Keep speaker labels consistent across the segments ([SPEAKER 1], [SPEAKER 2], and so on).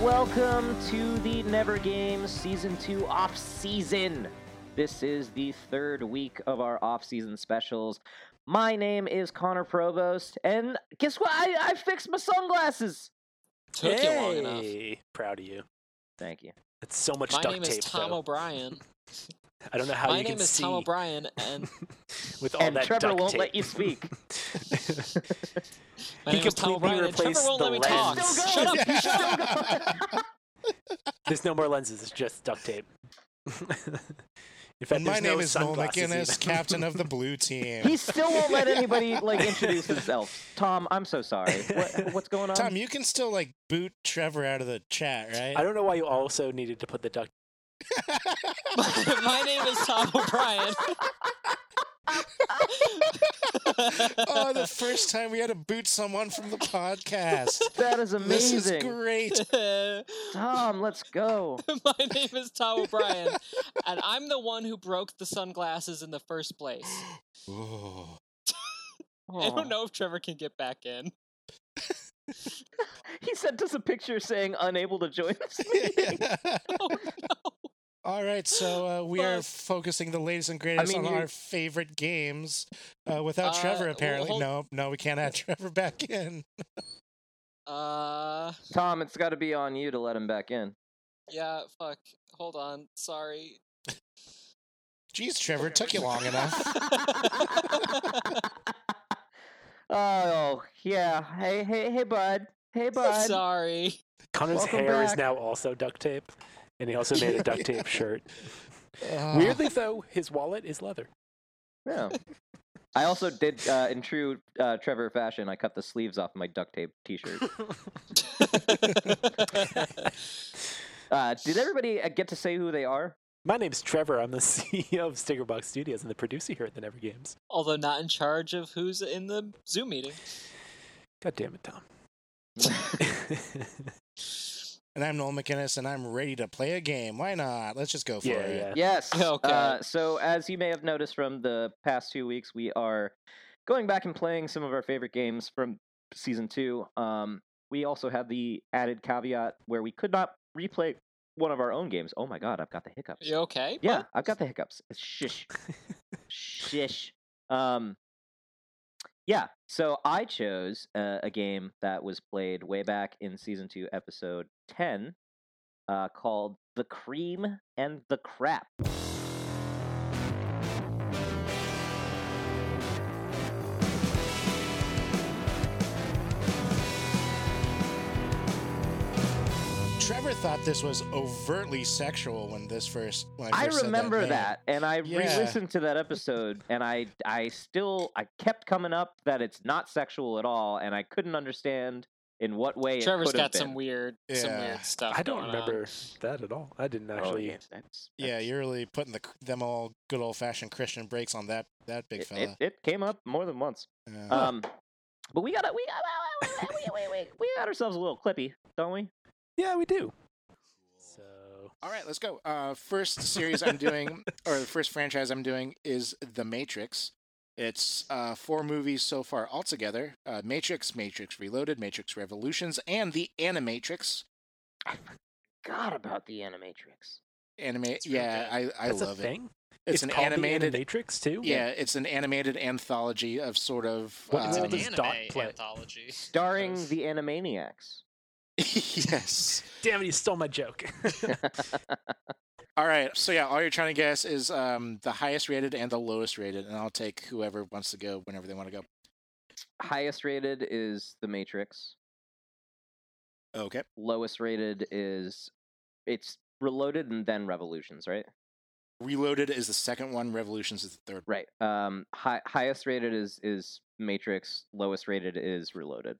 [SPEAKER 1] Welcome to the Never Games Season 2 off season. This is the third week of our off season specials. My name is Connor Provost, and guess what? I, I fixed my sunglasses.
[SPEAKER 2] Took you long enough.
[SPEAKER 3] Hey, Proud of you.
[SPEAKER 1] Thank you.
[SPEAKER 3] That's so much
[SPEAKER 2] My
[SPEAKER 3] duct
[SPEAKER 2] name
[SPEAKER 3] tape.
[SPEAKER 2] is Tom
[SPEAKER 3] though.
[SPEAKER 2] O'Brien.
[SPEAKER 3] I don't know how
[SPEAKER 2] My
[SPEAKER 3] you
[SPEAKER 2] name
[SPEAKER 3] can
[SPEAKER 2] is
[SPEAKER 3] see
[SPEAKER 2] Tom O'Brien, and
[SPEAKER 3] with all
[SPEAKER 1] And
[SPEAKER 3] that
[SPEAKER 1] Trevor
[SPEAKER 3] duct
[SPEAKER 1] won't
[SPEAKER 3] tape.
[SPEAKER 1] let you speak.
[SPEAKER 2] my
[SPEAKER 3] He
[SPEAKER 2] name is Tom
[SPEAKER 3] completely
[SPEAKER 2] O'Brien. And Trevor
[SPEAKER 3] replaced
[SPEAKER 2] won't
[SPEAKER 3] the
[SPEAKER 2] let me talk.
[SPEAKER 3] lens.
[SPEAKER 2] Oh, Shut up!
[SPEAKER 1] You
[SPEAKER 2] Shut up!
[SPEAKER 3] there's no more lenses. It's just duct tape. In fact,
[SPEAKER 4] And my
[SPEAKER 3] there's no
[SPEAKER 4] name is Noel
[SPEAKER 3] sunglasses
[SPEAKER 4] McGinnis,
[SPEAKER 3] even.
[SPEAKER 4] captain of the blue team.
[SPEAKER 1] He still won't let anybody like introduce himself. Tom, I'm so sorry. What, what's going on?
[SPEAKER 4] Tom, you can still like boot Trevor out of the chat,
[SPEAKER 3] I
[SPEAKER 4] right?
[SPEAKER 3] don't know why you also needed to put the duct.
[SPEAKER 2] my name is Tom O'Brien.
[SPEAKER 4] oh, the first time we had to boot someone from the podcast.
[SPEAKER 1] that is
[SPEAKER 4] This is
[SPEAKER 1] amazing.
[SPEAKER 4] great.
[SPEAKER 1] Tom, let's go.
[SPEAKER 2] my name is Tom O'Brien, and I'm the one who broke the sunglasses in the first place.
[SPEAKER 4] Ooh.
[SPEAKER 2] I
[SPEAKER 1] Aw.
[SPEAKER 2] don't know if Trevor can get back in.
[SPEAKER 1] He sent us a picture saying unable to join us.
[SPEAKER 2] Oh no!
[SPEAKER 4] All right, so uh, we are
[SPEAKER 2] Fuck.
[SPEAKER 4] focusing the latest and greatest
[SPEAKER 1] mean,
[SPEAKER 4] on
[SPEAKER 1] you-
[SPEAKER 4] our favorite games uh, without
[SPEAKER 2] Uh,
[SPEAKER 4] Trevor,
[SPEAKER 2] well,
[SPEAKER 4] apparently.
[SPEAKER 2] hold-
[SPEAKER 4] No, no, we can't add Trevor back in.
[SPEAKER 2] Uh,
[SPEAKER 1] Tom, it's got to be on you to let him back in.
[SPEAKER 2] yeah. Fuck. Hold on. Sorry.
[SPEAKER 4] Jeez, Trevor, it took you long enough.
[SPEAKER 1] oh yeah. Hey hey hey bud. Hey bud.
[SPEAKER 2] Sorry.
[SPEAKER 3] Connor's
[SPEAKER 1] Welcome
[SPEAKER 3] hair is
[SPEAKER 1] back.
[SPEAKER 3] now also duct tape, and he also made a duct tape shirt.
[SPEAKER 4] Uh,
[SPEAKER 3] Weirdly though, his wallet is leather.
[SPEAKER 1] Yeah. I also did uh, in true uh, Trevor fashion. I cut the sleeves off my duct tape T-shirt. Uh, did everybody uh, get to say who they are?
[SPEAKER 3] My name's Trevor. I'm the CEO of Stickerbox Studios and the producer here at the Never Games.
[SPEAKER 2] Although not in charge of who's in the Zoom meeting.
[SPEAKER 3] God damn it, Tom.
[SPEAKER 4] And I'm Noel McInnes, and I'm ready to play a game. Why not? Let's just go for
[SPEAKER 3] yeah,
[SPEAKER 4] it.
[SPEAKER 3] yeah.
[SPEAKER 1] Yes.
[SPEAKER 2] Okay.
[SPEAKER 1] Uh, so, as you may have noticed from the past two weeks, we are going back and playing some of our favorite games from season two. Um, we also have the added caveat where we could not replay one of our own games. Oh my God, I've got the hiccups.
[SPEAKER 2] You okay?
[SPEAKER 1] Yeah, I've got the hiccups. It's shish. shish. Um, yeah, so I chose uh, a game that was played way back in season two, episode 10, uh, called The Cream and the Crap.
[SPEAKER 4] Trevor thought this was overtly sexual when this first. When I,
[SPEAKER 1] I
[SPEAKER 4] first said
[SPEAKER 1] remember
[SPEAKER 4] name.
[SPEAKER 1] that, and I
[SPEAKER 4] Yeah.
[SPEAKER 1] re-listened to that episode, and I I still I kept coming up that it's not sexual at all, and I couldn't understand in what way
[SPEAKER 2] Trevor's
[SPEAKER 1] it could have
[SPEAKER 2] got some
[SPEAKER 1] been.
[SPEAKER 2] weird, some
[SPEAKER 4] Yeah.
[SPEAKER 2] weird stuff.
[SPEAKER 3] I don't
[SPEAKER 2] going on.
[SPEAKER 3] remember that at all. I didn't
[SPEAKER 1] Oh,
[SPEAKER 3] actually.
[SPEAKER 1] yeah, that's-
[SPEAKER 4] Yeah,
[SPEAKER 1] that's-
[SPEAKER 4] you're really putting the, them all good old fashioned Christian breaks on that that big
[SPEAKER 1] it,
[SPEAKER 4] fella. Uh-huh.
[SPEAKER 1] it, it came up more than once.
[SPEAKER 4] Yeah.
[SPEAKER 1] Um, but we got to we got we, we, we, we got ourselves a little clippy, don't we?
[SPEAKER 3] Yeah, we do. So
[SPEAKER 4] all right, let's go. Uh, first series I'm doing, or the first franchise I'm doing, is The Matrix. It's uh, four movies so far altogether: uh, Matrix, Matrix Reloaded, Matrix Revolutions, and The Animatrix.
[SPEAKER 1] God about the animatrix.
[SPEAKER 4] Anime,
[SPEAKER 3] That's really
[SPEAKER 4] yeah, I, I
[SPEAKER 3] that's
[SPEAKER 4] love
[SPEAKER 3] a
[SPEAKER 4] it.
[SPEAKER 3] thing.
[SPEAKER 4] It's, an
[SPEAKER 3] called the
[SPEAKER 4] animated
[SPEAKER 3] Animatrix too.
[SPEAKER 4] Yeah, it's an animated anthology of sort of.
[SPEAKER 3] What role
[SPEAKER 4] um,
[SPEAKER 3] does Dot play?
[SPEAKER 2] anthology.
[SPEAKER 1] Starring
[SPEAKER 2] Yes.
[SPEAKER 1] the Animaniacs.
[SPEAKER 4] yes.
[SPEAKER 3] Damn it, you stole my joke.
[SPEAKER 4] All right. So yeah, all you're trying to guess is um, the highest rated and the lowest rated, and I'll take whoever wants to go whenever they want to go.
[SPEAKER 1] Highest rated is The Matrix.
[SPEAKER 4] Okay.
[SPEAKER 1] Lowest rated is it's Reloaded and then Revolutions, right?
[SPEAKER 4] Reloaded is the second one. Revolutions is the third.
[SPEAKER 1] Right. Um, hi- highest rated is is Matrix. Lowest rated is Reloaded.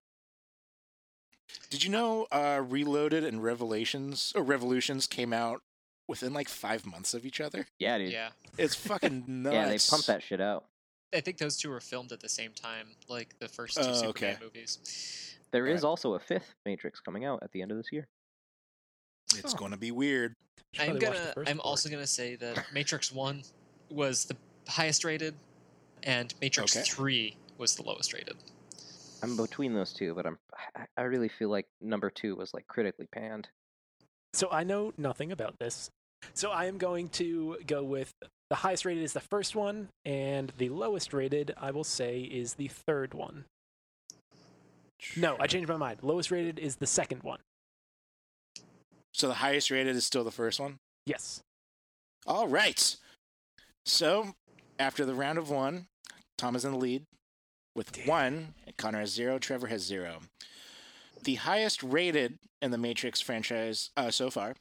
[SPEAKER 4] Did you know uh, Reloaded and Revelations or Revolutions came out within like five months of each other?
[SPEAKER 1] Yeah, dude. Yeah,
[SPEAKER 5] Yeah,
[SPEAKER 4] It's fucking nuts.
[SPEAKER 1] they pumped that shit out.
[SPEAKER 5] I think those two were filmed at the same time, like the first two
[SPEAKER 4] Oh,
[SPEAKER 5] Superman
[SPEAKER 4] okay.
[SPEAKER 5] movies.
[SPEAKER 1] There is
[SPEAKER 4] Right.
[SPEAKER 1] also a fifth Matrix coming out at the end of this year.
[SPEAKER 4] It's gonna be weird.
[SPEAKER 3] Should
[SPEAKER 5] I'm
[SPEAKER 3] probably watch the
[SPEAKER 5] gonna.
[SPEAKER 3] first
[SPEAKER 5] I'm
[SPEAKER 3] one.
[SPEAKER 5] also gonna say that Matrix One was the highest rated, and Matrix
[SPEAKER 4] Okay.
[SPEAKER 5] Three was the lowest rated.
[SPEAKER 1] I'm between those two, but I'm I- I really feel like number two was like critically panned.
[SPEAKER 3] So I know nothing about this. So I am going to go with the highest rated is the first one, and the lowest rated I will say is the third one. No, I changed my mind. Lowest rated is the second one.
[SPEAKER 6] So the highest rated is still the first one.
[SPEAKER 3] Yes.
[SPEAKER 6] All right. So after the round of one, Tom is in the lead with one. Connor has zero. Trevor has zero. The highest rated in the Matrix franchise uh, so far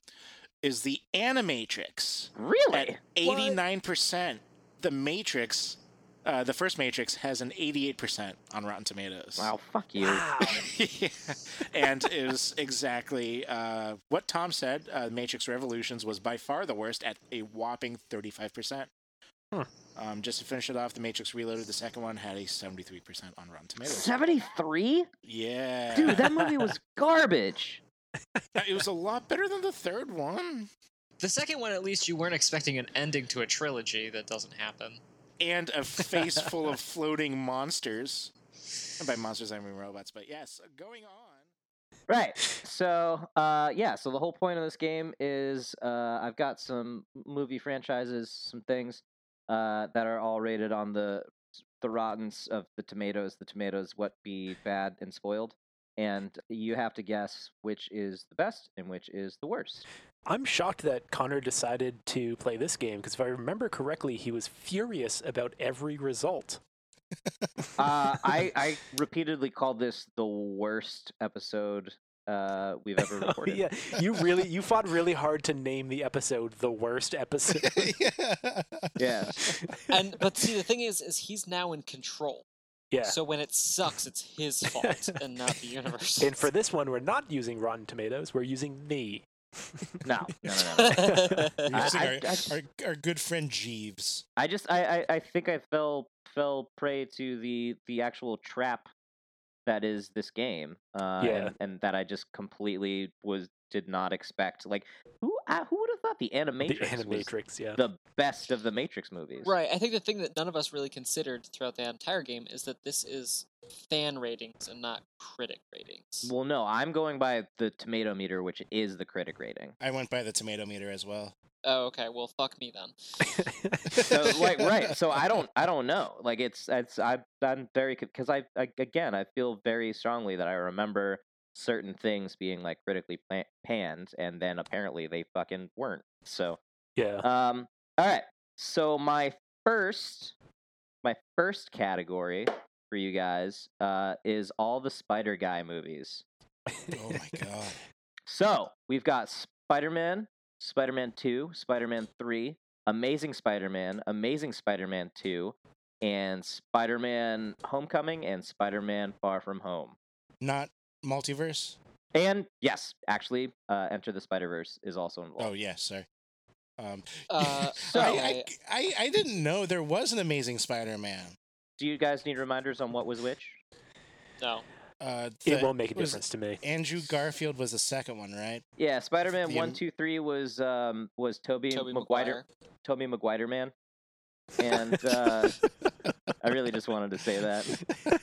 [SPEAKER 6] is the Animatrix at
[SPEAKER 1] Really?
[SPEAKER 6] eighty nine percent. The Matrix, uh, the first Matrix, has an eighty eight percent on Rotten Tomatoes.
[SPEAKER 1] Wow, fuck you.
[SPEAKER 3] Wow.
[SPEAKER 6] Yeah. and it was exactly uh, what Tom said. Uh, Matrix Revolutions was by far the worst at a whopping 35%.
[SPEAKER 3] Huh.
[SPEAKER 6] Um, just to finish it off, The Matrix Reloaded, the second one, had a 73% on Rotten Tomatoes.
[SPEAKER 1] 73?
[SPEAKER 6] Yeah.
[SPEAKER 1] Dude, that movie was garbage.
[SPEAKER 6] it was a lot better than the third one.
[SPEAKER 5] The second one, at least, you weren't expecting an ending to a trilogy that doesn't happen.
[SPEAKER 6] And a face full of floating monsters. And by monsters, I mean robots. But yes, going on.
[SPEAKER 1] Right. So, uh, yeah. So the whole point of this game is uh, I've got some movie franchises, some things uh, that are all rated on the the rottens of the tomatoes. The tomatoes, what be bad and spoiled, and you have to guess which is the best and which is the worst.
[SPEAKER 3] I'm shocked that Connor decided to play this game because if I remember correctly, he was furious about every result.
[SPEAKER 1] Uh, I I repeatedly called this the worst episode uh, we've ever
[SPEAKER 3] Oh,
[SPEAKER 1] recorded.
[SPEAKER 3] yeah, you really you fought really hard to name the episode the worst episode.
[SPEAKER 1] Yeah.
[SPEAKER 2] And but see, the thing is, is he's now in control.
[SPEAKER 3] yeah.
[SPEAKER 2] So when it sucks, it's his fault and not the universe.
[SPEAKER 3] and for this one, we're not using Rotten Tomatoes. We're using me.
[SPEAKER 1] No. No. No. no.
[SPEAKER 2] the
[SPEAKER 1] I-
[SPEAKER 4] Using
[SPEAKER 1] I-
[SPEAKER 4] our,
[SPEAKER 1] I-
[SPEAKER 4] our, our good friend Jeeves.
[SPEAKER 1] I just I, I I think I fell fell prey to the the actual trap that is this game. Uh,
[SPEAKER 3] Yeah.
[SPEAKER 1] and, and that I just completely was did not expect. Like who I, who would have thought the Animatrix,
[SPEAKER 3] the
[SPEAKER 1] was
[SPEAKER 3] Animatrix. Yeah.
[SPEAKER 1] the best of the Matrix movies?
[SPEAKER 2] Right. I think the thing that none of us really considered throughout the entire game is that this is fan ratings and not critic ratings.
[SPEAKER 1] Well, no, I'm going by the tomato meter, which is the critic rating.
[SPEAKER 4] I went by the tomato meter as well.
[SPEAKER 2] Oh, okay. Well, fuck me then.
[SPEAKER 1] So like right, so I don't I don't know. Like it's it's I I'm very because I, I again I feel very strongly that I remember certain things being like critically pla- panned, and then apparently they fucking weren't. So
[SPEAKER 3] yeah.
[SPEAKER 1] um, all right. So my first, my first category for you guys uh, is all the Spider Guy movies.
[SPEAKER 4] Oh my god.
[SPEAKER 1] So we've got Spider Man, Spider Man 2, Spider Man 3, Amazing Spider Man, Amazing Spider Man 2, and Spider Man Homecoming and Spider Man Far From Home.
[SPEAKER 4] Not multiverse?
[SPEAKER 1] And yes, actually, uh, Enter the Spider Verse is also
[SPEAKER 4] Oh
[SPEAKER 1] involved.
[SPEAKER 4] yeah, sorry. Um,
[SPEAKER 2] Uh,
[SPEAKER 4] I,
[SPEAKER 1] I-
[SPEAKER 2] okay.
[SPEAKER 4] I, I, I didn't know there was an Amazing Spider-Man.
[SPEAKER 1] Do you guys need reminders on what was which?
[SPEAKER 2] No.
[SPEAKER 4] Uh,
[SPEAKER 3] it
[SPEAKER 4] the-
[SPEAKER 3] won't make a
[SPEAKER 4] was-
[SPEAKER 3] difference to me.
[SPEAKER 4] Andrew Garfield was the second one, right?
[SPEAKER 1] Yeah, Spider Man
[SPEAKER 4] The
[SPEAKER 1] One,
[SPEAKER 4] am-
[SPEAKER 1] Two, Three was um, was Toby,
[SPEAKER 2] Toby
[SPEAKER 1] McGuire,
[SPEAKER 2] McGuire.
[SPEAKER 1] Toby McGuire Man, and uh, I really just wanted to say that.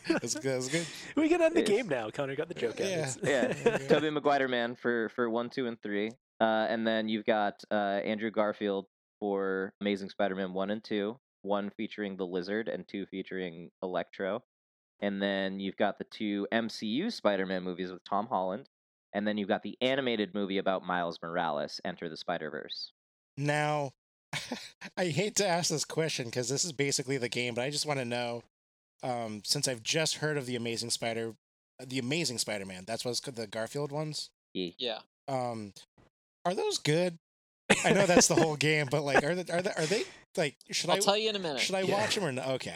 [SPEAKER 4] That's good. That's good.
[SPEAKER 3] We can end the
[SPEAKER 1] It's-
[SPEAKER 3] game now. Connor got the joke out.
[SPEAKER 4] Yeah.
[SPEAKER 1] Yeah.
[SPEAKER 3] It's-
[SPEAKER 1] Toby Maguire man for for one, two, and three. Uh, and then you've got uh, Andrew Garfield for Amazing Spider-Man one and two. One featuring the Lizard and two featuring Electro. And then you've got the two MCU Spider-Man movies with Tom Holland. And then you've got the animated movie about Miles Morales, Enter the Spider Verse.
[SPEAKER 4] Now, I hate to ask this question because this is basically the game, but I just want to know. Um, since I've just heard of the Amazing Spider, the Amazing Spider-Man. That's what's called, the Garfield ones.
[SPEAKER 2] Yeah.
[SPEAKER 4] Um, are those good? I know that's the whole game, but like, are they, are they, are they like? Should
[SPEAKER 2] I'll
[SPEAKER 4] I
[SPEAKER 2] tell you in a minute.
[SPEAKER 4] should I
[SPEAKER 3] Yeah.
[SPEAKER 4] watch them or not? Okay.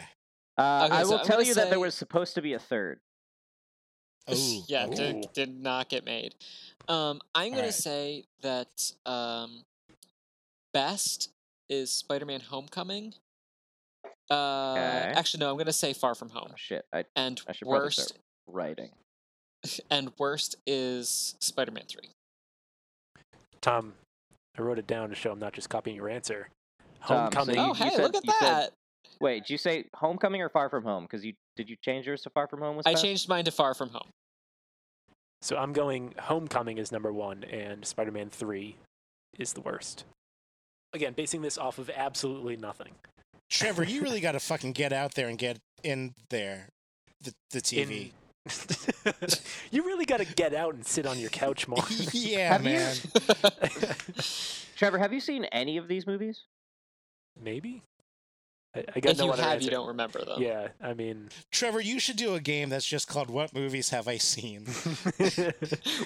[SPEAKER 1] Uh,
[SPEAKER 2] Okay,
[SPEAKER 1] I
[SPEAKER 2] so
[SPEAKER 1] will
[SPEAKER 2] I'm
[SPEAKER 1] tell
[SPEAKER 2] gonna
[SPEAKER 1] you that
[SPEAKER 2] say-
[SPEAKER 1] there was supposed to be a third.
[SPEAKER 4] Oh,
[SPEAKER 2] yeah,
[SPEAKER 4] okay.
[SPEAKER 3] okay.
[SPEAKER 2] did, did not get made. Um, I'm gonna
[SPEAKER 4] Alright.
[SPEAKER 2] say that um, best is Spider-Man: Homecoming. Uh,
[SPEAKER 1] Okay.
[SPEAKER 2] actually, no, I'm gonna say Far From
[SPEAKER 1] Oh,
[SPEAKER 2] Home,
[SPEAKER 1] shit, I
[SPEAKER 2] and
[SPEAKER 1] I should probably
[SPEAKER 2] worst
[SPEAKER 1] start writing.
[SPEAKER 2] and worst is Spider-Man Three.
[SPEAKER 3] Tom, I wrote it down to show I'm not just copying your answer.
[SPEAKER 1] Tom, so
[SPEAKER 3] Homecoming.
[SPEAKER 1] you-
[SPEAKER 2] oh, hey,
[SPEAKER 1] said-
[SPEAKER 2] look at
[SPEAKER 1] you said
[SPEAKER 2] that!
[SPEAKER 1] Wait, did you say Homecoming or Far From Home? Because you did you change yours to Far From Home? Was
[SPEAKER 2] I
[SPEAKER 1] that?
[SPEAKER 2] changed mine to Far From Home.
[SPEAKER 3] So I'm going Homecoming is number one, and Spider Man 3 is the worst. Again, basing this off of absolutely nothing.
[SPEAKER 4] Trevor, you really got to fucking get out there and get in there, the, the TV.
[SPEAKER 3] In- you really got to get out and sit on your couch more.
[SPEAKER 4] yeah,
[SPEAKER 1] Have you-
[SPEAKER 4] man.
[SPEAKER 1] Trevor, have you seen any of these movies?
[SPEAKER 3] Maybe? I, I got
[SPEAKER 2] if
[SPEAKER 3] no
[SPEAKER 2] you
[SPEAKER 3] other
[SPEAKER 2] have,
[SPEAKER 3] answer.
[SPEAKER 2] you don't remember them.
[SPEAKER 3] Yeah, I mean,
[SPEAKER 4] Trevor, you should do a game that's just called "What movies have I seen?"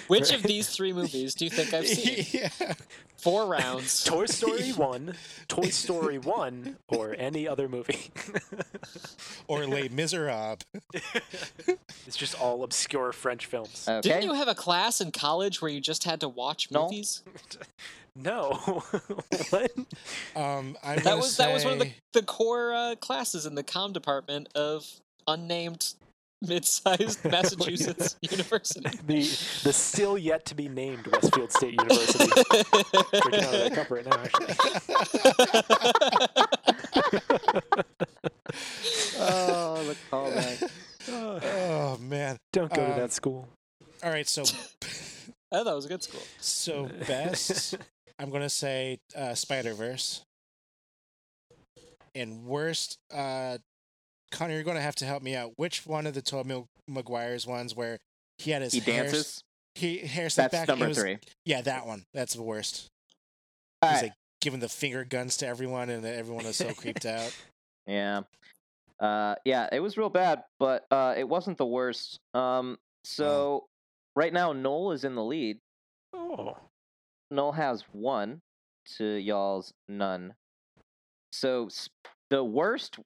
[SPEAKER 2] Which of these three movies do you think I've seen?
[SPEAKER 4] yeah.
[SPEAKER 2] Four rounds.
[SPEAKER 3] Toy Story 1, Toy Story 1, or any other movie?
[SPEAKER 4] Or Les Miserables.
[SPEAKER 3] it's just all obscure French films.
[SPEAKER 1] Okay.
[SPEAKER 2] Didn't you have a class in college where you just had to watch
[SPEAKER 1] No.
[SPEAKER 2] movies?
[SPEAKER 3] no. what?
[SPEAKER 4] Um, I'm
[SPEAKER 2] That
[SPEAKER 4] gonna
[SPEAKER 2] was that was one of the,
[SPEAKER 4] say-
[SPEAKER 2] the core uh, classes in the com department of unnamed mid-sized Massachusetts University.
[SPEAKER 3] The, the still yet to be named Westfield State University. Drinking out of that cup right now, actually.
[SPEAKER 1] oh, the callback.
[SPEAKER 3] Uh,
[SPEAKER 4] Oh man!
[SPEAKER 3] don't go to
[SPEAKER 4] Uh,
[SPEAKER 1] Um,
[SPEAKER 3] that school.
[SPEAKER 4] All right, so
[SPEAKER 2] oh, that was a good school.
[SPEAKER 4] so best, I'm gonna say uh, Spider Verse. And worst, uh, Connor, you're gonna have to help me out. Which one of the Tobey Maguire's ones where he had his
[SPEAKER 1] He
[SPEAKER 4] hair,
[SPEAKER 1] dances.
[SPEAKER 4] he hair slicked
[SPEAKER 1] That's
[SPEAKER 4] back?
[SPEAKER 1] number
[SPEAKER 4] it was-
[SPEAKER 1] three.
[SPEAKER 4] Yeah, that one. That's the worst.
[SPEAKER 1] All
[SPEAKER 4] He's
[SPEAKER 1] right.
[SPEAKER 4] like giving the finger guns to everyone, and everyone is so creeped out.
[SPEAKER 1] Yeah. Uh, yeah, it was real bad, but uh, it wasn't the worst. Um, so right now, Noel is in the lead.
[SPEAKER 3] Oh.
[SPEAKER 1] Noel has one to y'all's none. So s- the worst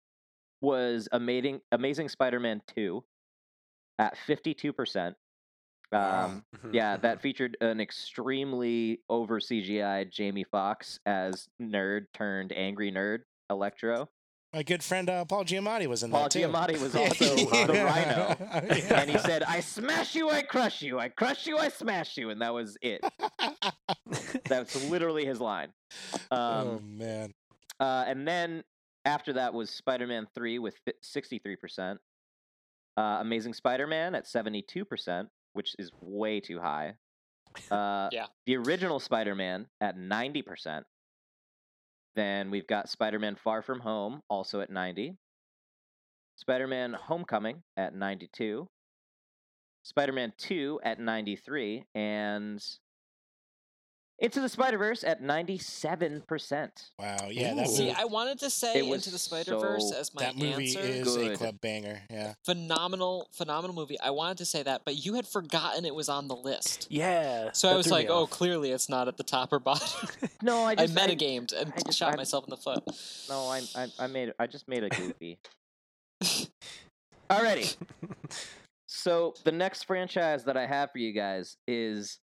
[SPEAKER 1] was Amazing Amazing Spider-Man two at fifty-two percent. Um,
[SPEAKER 4] Wow. Mm-hmm.
[SPEAKER 1] Yeah, that featured an extremely over CGI Jamie Fox as nerd turned angry nerd Electro.
[SPEAKER 4] My good friend uh, Paul Giamatti was in
[SPEAKER 1] Paul
[SPEAKER 4] that too.
[SPEAKER 1] Giamatti was also the Rhino.
[SPEAKER 4] Yeah.
[SPEAKER 1] and he said, "I smash you, I crush you, I crush you, I smash you," and that was it. That's literally his line.
[SPEAKER 4] oh
[SPEAKER 1] Um,
[SPEAKER 4] man.
[SPEAKER 1] uh, and then after that was Spider-Man Three with sixty-three percent, uh, Amazing Spider-Man at seventy-two percent, which is way too high. Uh,
[SPEAKER 2] Yeah.
[SPEAKER 1] The original Spider-Man at ninety percent. Then we've got Spider-Man Far From Home also at ninety. Spider-Man Homecoming at ninety-two. Spider-Man Two at ninety-three, and Into the Spider-Verse at ninety-seven percent.
[SPEAKER 4] Wow. Yeah,
[SPEAKER 3] Ooh.
[SPEAKER 4] that,
[SPEAKER 2] See,
[SPEAKER 4] movie,
[SPEAKER 2] I wanted to say
[SPEAKER 1] was
[SPEAKER 2] Into the Spider Verse
[SPEAKER 1] so-
[SPEAKER 2] as my
[SPEAKER 4] that movie
[SPEAKER 2] answer.
[SPEAKER 4] is a
[SPEAKER 1] Good.
[SPEAKER 4] club banger. Yeah.
[SPEAKER 2] Phenomenal, phenomenal movie. I wanted to say that, but you had forgotten it was on the list.
[SPEAKER 3] Yeah.
[SPEAKER 2] So I
[SPEAKER 3] that
[SPEAKER 2] was
[SPEAKER 3] threw me
[SPEAKER 2] like, oh,
[SPEAKER 3] off.
[SPEAKER 2] clearly it's not at the top or bottom.
[SPEAKER 1] No, I
[SPEAKER 2] I,
[SPEAKER 1] just
[SPEAKER 2] metagamed and
[SPEAKER 1] I just-
[SPEAKER 2] shot
[SPEAKER 1] I-
[SPEAKER 2] myself in the foot.
[SPEAKER 1] No, I, I I made I just made a goofy. Alrighty. So the next franchise that I have for you guys is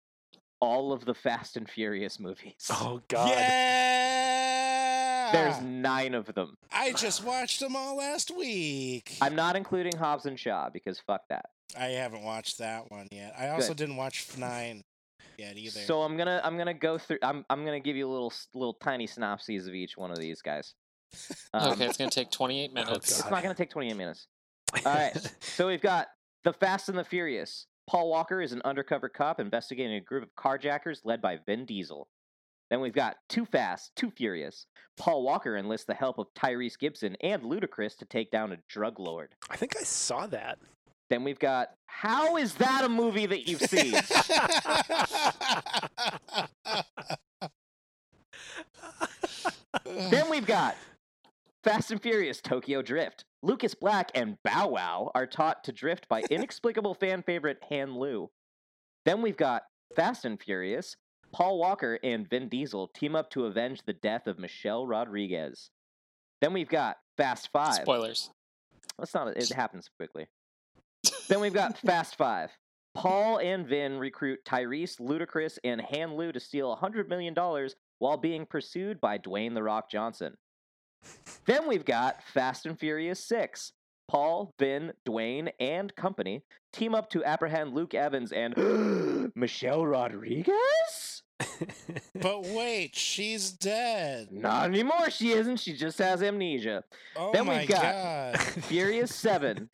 [SPEAKER 1] all of the Fast and Furious movies.
[SPEAKER 3] Oh, God.
[SPEAKER 4] Yeah.
[SPEAKER 1] There's nine of them.
[SPEAKER 4] I just watched them all last week.
[SPEAKER 1] I'm not including Hobbs and Shaw because fuck that.
[SPEAKER 4] I haven't watched that one yet. I also
[SPEAKER 1] Good.
[SPEAKER 4] didn't watch nine yet either.
[SPEAKER 1] So I'm gonna I'm gonna go through. I'm I'm gonna give you little s- little tiny synopses of each one of these guys. Um,
[SPEAKER 2] okay, it's going to take 28 minutes.
[SPEAKER 3] God.
[SPEAKER 1] It's not gonna take 28 minutes. All right. So we've got The Fast and the Furious. Paul Walker is an undercover cop investigating a group of carjackers led by Vin Diesel. Then we've got Too Fast, Too Furious. Paul Walker enlists the help of Tyrese Gibson and Ludacris to take down a drug lord.
[SPEAKER 3] I think I saw that.
[SPEAKER 1] Then we've got How is that a movie that you've seen? then we've got Fast and Furious Tokyo Drift. Lucas Black and Bow Wow are taught to drift by inexplicable fan favorite Han Lu. Then we've got Fast and Furious. Paul Walker and Vin Diesel team up to avenge the death of Michelle Rodriguez. Then we've got Fast Five.
[SPEAKER 2] Spoilers.
[SPEAKER 1] Let's not. It happens quickly. then we've got Fast Five. Paul and Vin recruit Tyrese, Ludacris, and Han Lu to steal $100 million while being pursued by Dwayne The Rock Johnson. Then we've got Fast and Furious 6. Paul, Vin, Dwayne, and company team up to apprehend Luke Evans and Michelle Rodriguez?
[SPEAKER 4] but wait, she's dead.
[SPEAKER 1] Not anymore, she isn't. She just has amnesia.
[SPEAKER 4] Oh
[SPEAKER 1] Then
[SPEAKER 4] my
[SPEAKER 1] we've got-
[SPEAKER 4] god.
[SPEAKER 1] Furious 7.